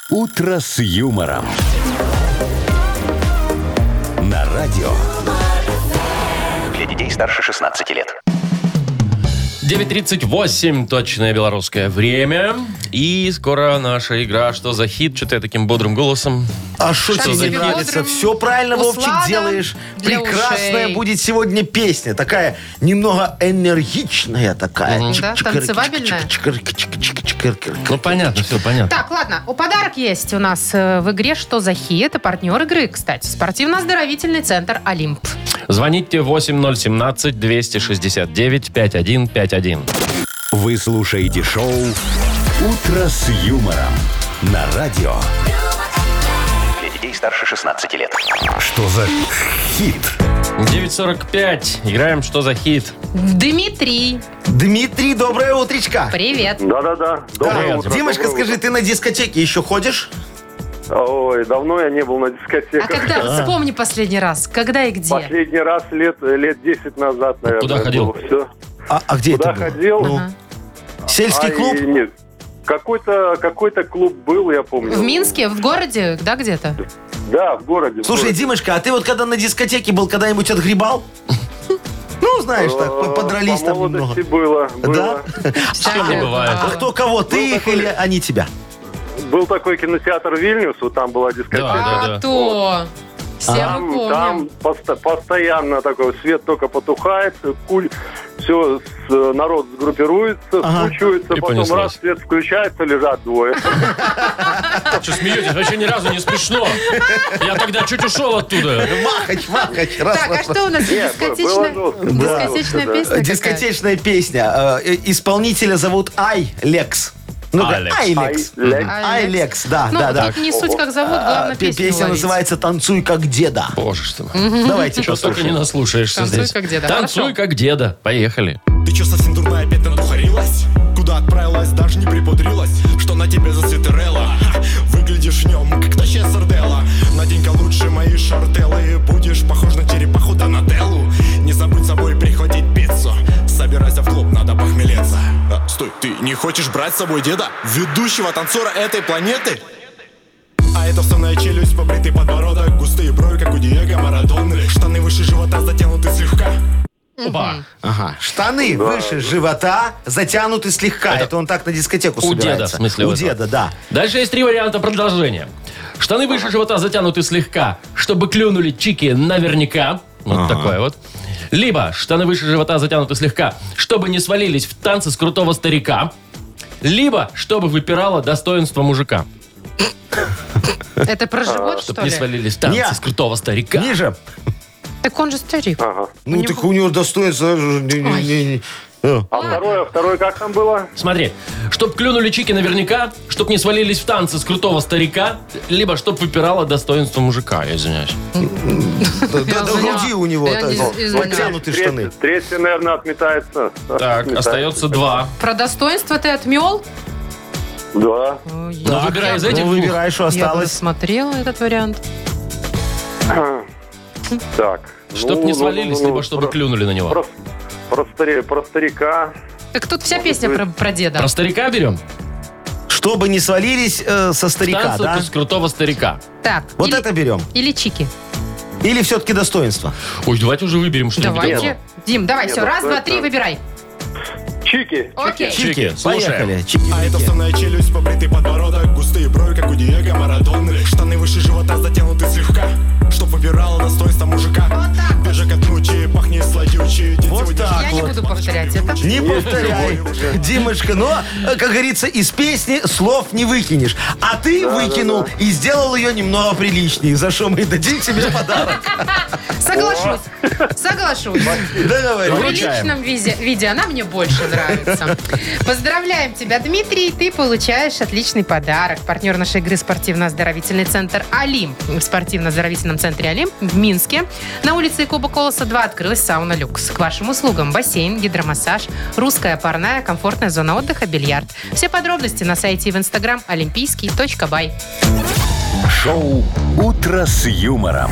[SPEAKER 1] «Утро с юмором». На радио
[SPEAKER 7] Для детей старше 16 лет.
[SPEAKER 2] 9.38, точное белорусское время. И скоро наша игра «Что за хит?» Читая таким бодрым голосом.
[SPEAKER 4] А что
[SPEAKER 3] Шаг
[SPEAKER 4] тебе не
[SPEAKER 3] себе
[SPEAKER 4] нравится?
[SPEAKER 3] бодрым,
[SPEAKER 4] Все правильно, Вовчик,
[SPEAKER 3] услада
[SPEAKER 4] делаешь.
[SPEAKER 3] для
[SPEAKER 4] Прекрасная
[SPEAKER 3] ушей.
[SPEAKER 4] будет сегодня песня. Такая немного энергичная такая.
[SPEAKER 3] Да, танцевабельная?
[SPEAKER 2] Ну, понятно, все понятно.
[SPEAKER 3] Так, ладно, у подарок есть у нас э, в игре «Что за хи?» Это партнер игры, кстати. Спортивно-оздоровительный центр «Олимп».
[SPEAKER 2] Звоните 8017-269-5151.
[SPEAKER 1] вы слушаете шоу «Утро с юмором». На радио
[SPEAKER 7] старше 16 лет.
[SPEAKER 1] А Что за хит?
[SPEAKER 2] 9.45. Играем «Что за хит?»
[SPEAKER 3] Дмитрий,
[SPEAKER 4] Дмитрий, доброе утречко.
[SPEAKER 3] привет.
[SPEAKER 5] Да-да-да. Доброе
[SPEAKER 4] Да.
[SPEAKER 5] утро.
[SPEAKER 4] Димочка,
[SPEAKER 5] доброе
[SPEAKER 4] скажи, ты на дискотеке еще ходишь?
[SPEAKER 5] утро. Ой, давно я не был на
[SPEAKER 3] А
[SPEAKER 5] дискотеках.
[SPEAKER 3] когда? Вспомни последний раз. Когда и где?
[SPEAKER 5] Последний раз лет, лет 10 назад, наверное.
[SPEAKER 2] Куда ходил?
[SPEAKER 5] Все.
[SPEAKER 4] А, а где
[SPEAKER 5] Куда
[SPEAKER 4] это было?
[SPEAKER 5] ходил?
[SPEAKER 4] Ну,
[SPEAKER 3] Ага.
[SPEAKER 4] Сельский
[SPEAKER 5] А,
[SPEAKER 4] клуб?
[SPEAKER 5] и Нет. Какой-то какой клуб был, я помню.
[SPEAKER 3] В Минске, в городе, да, где-то?
[SPEAKER 5] Да, в городе. в
[SPEAKER 4] Слушай,
[SPEAKER 5] городе.
[SPEAKER 4] Димочка, а ты вот когда на дискотеке был, когда-нибудь отгребал? Ну, знаешь, так, по-
[SPEAKER 5] Э,
[SPEAKER 4] подрались
[SPEAKER 5] по
[SPEAKER 4] там
[SPEAKER 5] молодости
[SPEAKER 4] немного.
[SPEAKER 5] было,
[SPEAKER 4] Да?
[SPEAKER 5] было.
[SPEAKER 2] Всем не бывает.
[SPEAKER 4] А кто кого, ты их или они тебя?
[SPEAKER 5] Был такой кинотеатр Вильнюс, вот там была дискотека.
[SPEAKER 2] Да, да, да.
[SPEAKER 3] А то. Все мы
[SPEAKER 5] Там, там
[SPEAKER 3] помним.
[SPEAKER 5] посто- постоянно такой свет только потухает, куль, все, народ сгруппируется,
[SPEAKER 4] Ага.
[SPEAKER 5] скучуется,
[SPEAKER 2] И
[SPEAKER 5] потом
[SPEAKER 2] понеслось.
[SPEAKER 5] раз свет включается, лежат двое.
[SPEAKER 2] Что смеетесь? Вообще ни разу не смешно. Я тогда чуть ушел оттуда.
[SPEAKER 4] Махач, махач, раз,
[SPEAKER 3] Так, а
[SPEAKER 4] раз, раз.
[SPEAKER 3] что у нас?
[SPEAKER 5] Нет, было
[SPEAKER 3] Дискотечная
[SPEAKER 5] жестко.
[SPEAKER 3] дискотечная
[SPEAKER 5] Да.
[SPEAKER 3] песня? какая?
[SPEAKER 4] Дискотечная песня. Э, Исполнителя зовут Ай Лекс. Ну,
[SPEAKER 2] Алекс.
[SPEAKER 4] Ай
[SPEAKER 5] Ай,
[SPEAKER 4] Лекс.
[SPEAKER 5] лень.
[SPEAKER 4] Ай Лекс, да,
[SPEAKER 3] Ну,
[SPEAKER 4] да,
[SPEAKER 3] вот
[SPEAKER 4] да.
[SPEAKER 3] тут не суть, как зовут,
[SPEAKER 4] А,
[SPEAKER 3] главное
[SPEAKER 4] пе-
[SPEAKER 3] песню
[SPEAKER 4] Песня
[SPEAKER 3] уловить.
[SPEAKER 4] называется «Танцуй как деда».
[SPEAKER 2] Боже ж ты мой.
[SPEAKER 4] Давайте
[SPEAKER 2] Чего только не
[SPEAKER 4] послушаем.
[SPEAKER 2] наслушаешься
[SPEAKER 3] Танцуй,
[SPEAKER 2] здесь.
[SPEAKER 3] как деда.
[SPEAKER 2] Танцуй,
[SPEAKER 3] Хорошо.
[SPEAKER 2] как деда. Поехали.
[SPEAKER 9] Ты чё совсем дурная опять надухарилась? Куда отправилась, даже не припудрилась Что на тебе за свитерелла? Ха, Выглядишь в нем, как тащая сардела Надень-ка лучше мои шартелы Будешь похож на черепаху Донателлу Не забудь с собой прихватить пиццу Собирайся в клуб, надо похмелеться А, Стой, ты не хочешь брать с собой деда? Ведущего танцора этой планеты? А это вставная челюсть, побритый подбородок Густые брови, как у Диего Марадоны Штаны выше живота затянуты слегка
[SPEAKER 2] Опа.
[SPEAKER 4] Ага. Штаны выше живота, затянуты слегка. Это, он так на дискотеку
[SPEAKER 2] у деда,
[SPEAKER 4] собирается.
[SPEAKER 2] в смысле,
[SPEAKER 4] У
[SPEAKER 2] у этого.
[SPEAKER 4] деда, да.
[SPEAKER 2] Дальше есть три варианта продолжения. Штаны выше живота затянуты слегка, чтобы клюнули чики наверняка. Вот такое вот. Либо штаны выше живота затянуты слегка, чтобы не свалились в танцы с крутого старика. Либо, чтобы выпирало достоинство мужика.
[SPEAKER 3] Это про
[SPEAKER 4] А,
[SPEAKER 3] живот, что
[SPEAKER 2] Чтобы не
[SPEAKER 3] ли?
[SPEAKER 2] свалились в танцы
[SPEAKER 4] Нет.
[SPEAKER 2] с крутого старика.
[SPEAKER 4] Ниже.
[SPEAKER 3] Так он же старик.
[SPEAKER 5] Ага.
[SPEAKER 4] Ну, так у него достоинство... э, не- не- не- не. Э.
[SPEAKER 5] А второе, второе как там было?
[SPEAKER 2] Смотри, чтоб клюнули чики наверняка, чтоб не свалились в танцы с крутого старика, либо чтоб выпирало достоинство мужика, я извиняюсь.
[SPEAKER 4] До, до- до
[SPEAKER 3] Я
[SPEAKER 4] груди у него
[SPEAKER 3] Я
[SPEAKER 4] так,
[SPEAKER 3] не-
[SPEAKER 4] вот,
[SPEAKER 3] не знаю.
[SPEAKER 4] подтянутые штаны.
[SPEAKER 5] Третье, третье, наверное, отметается.
[SPEAKER 2] Так,
[SPEAKER 5] Отметается.
[SPEAKER 2] остается два.
[SPEAKER 3] Про достоинство ты отмел?
[SPEAKER 5] Да.
[SPEAKER 3] Ой,
[SPEAKER 2] Ну, выбирай из
[SPEAKER 4] Ну,
[SPEAKER 2] этих двух.
[SPEAKER 4] выбирай, что
[SPEAKER 3] Я бы
[SPEAKER 4] осталось.
[SPEAKER 3] смотрела этот вариант.
[SPEAKER 5] Так.
[SPEAKER 2] Чтоб
[SPEAKER 5] Ну,
[SPEAKER 2] не
[SPEAKER 5] ну,
[SPEAKER 2] свалились,
[SPEAKER 5] ну, ну,
[SPEAKER 2] либо чтобы
[SPEAKER 5] про-
[SPEAKER 2] клюнули на него.
[SPEAKER 5] Про, про стари- про старика.
[SPEAKER 3] Так тут вся песня про, про деда.
[SPEAKER 2] Про старика берем?
[SPEAKER 4] Чтобы не свалились э, со старика,
[SPEAKER 2] Танцы
[SPEAKER 4] да?
[SPEAKER 2] с крутого старика.
[SPEAKER 3] Так,
[SPEAKER 4] Вот
[SPEAKER 3] или,
[SPEAKER 4] это берем.
[SPEAKER 3] или чики.
[SPEAKER 4] Или все-таки достоинство?
[SPEAKER 2] Ой, давайте уже выберем что-нибудь.
[SPEAKER 3] Давайте. Дим, давай, все,
[SPEAKER 5] ну,
[SPEAKER 3] раз,
[SPEAKER 5] что
[SPEAKER 3] два,
[SPEAKER 5] это?
[SPEAKER 3] три, выбирай.
[SPEAKER 5] Чики.
[SPEAKER 3] Окей.
[SPEAKER 2] Чики, слушаем.
[SPEAKER 4] Поехали. Чики.
[SPEAKER 9] А это вставная челюсть, побритый подбородок Густые брови, как у Диего Марадоны Штаны выше живота затянуты слегка Чтоб выбирало достоинство мужика Бежа как нучи, пахнет сладючий День
[SPEAKER 4] Вот
[SPEAKER 9] сегодня
[SPEAKER 4] так
[SPEAKER 9] жаркий,
[SPEAKER 3] Я не буду
[SPEAKER 9] баночка
[SPEAKER 3] повторять это.
[SPEAKER 9] певучий.
[SPEAKER 4] Не повторяй, Димочка, но, э, как говорится, из песни слов не выкинешь. А ты выкинул и сделал ее немного приличнее, за что мы и дадим тебе подарок.
[SPEAKER 3] Соглашусь. Соглашусь. В
[SPEAKER 4] Договорились.
[SPEAKER 3] приличном виде, виде она мне больше нравится. Поздравляем тебя, Дмитрий. Ты получаешь отличный подарок. Партнер нашей игры спортивно-оздоровительный центр «Олимп». В спортивно-оздоровительном центре «Олимп» в Минске на улице Якуба Колоса 2 открылась сауна «Люкс». К вашим услугам бассейн, гидромассаж, русская парная, комфортная зона отдыха, бильярд. Все подробности на сайте и в инстаграм олимпийский.бай.
[SPEAKER 1] Шоу «Утро с юмором».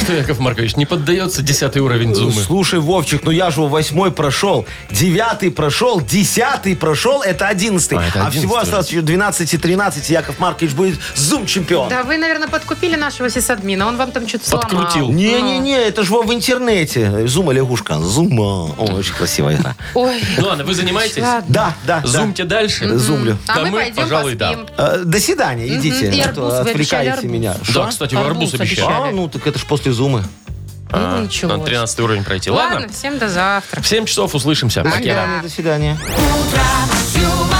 [SPEAKER 2] Что, Яков Маркович, не поддается десятый уровень зумы?
[SPEAKER 4] Слушай, Вовчик, ну я же восьмой прошел, девятый прошел, десятый прошел, это одиннадцатый.
[SPEAKER 2] А, это
[SPEAKER 4] А всего
[SPEAKER 2] 11-й.
[SPEAKER 4] осталось еще 12 и 13, Яков Маркович будет зум-чемпион.
[SPEAKER 3] Да вы, наверное, подкупили нашего сисадмина. Он вам там что-то сломал.
[SPEAKER 2] Подкрутил.
[SPEAKER 4] Не-не-не, это же во в интернете. Зума-лягушка, зума. О, очень красивая игра.
[SPEAKER 3] Ой,
[SPEAKER 2] Ну ладно, вы занимаетесь?
[SPEAKER 3] ладно.
[SPEAKER 4] Да, да, да.
[SPEAKER 2] Зумте дальше?
[SPEAKER 4] Зумлю.
[SPEAKER 3] А
[SPEAKER 2] Да
[SPEAKER 3] мы,
[SPEAKER 2] мы,
[SPEAKER 3] пойдем
[SPEAKER 2] пожалуй, да.
[SPEAKER 3] поспим.
[SPEAKER 4] Э, До свидания, идите,
[SPEAKER 3] и
[SPEAKER 4] а то
[SPEAKER 3] арбуз, вы обещали
[SPEAKER 4] отвлекаете
[SPEAKER 3] арбуз.
[SPEAKER 4] меня.
[SPEAKER 2] Да,
[SPEAKER 4] Что?
[SPEAKER 2] кстати, вы арбуз обещали.
[SPEAKER 4] А, ну так это ж после зумы.
[SPEAKER 2] А,
[SPEAKER 3] Ну, ничего.
[SPEAKER 2] на 13 уровень пройти.
[SPEAKER 3] Ладно,
[SPEAKER 2] Ладно,
[SPEAKER 3] всем до завтра.
[SPEAKER 2] в 7 часов услышимся. Пока.
[SPEAKER 4] До свидания.
[SPEAKER 10] Юмор.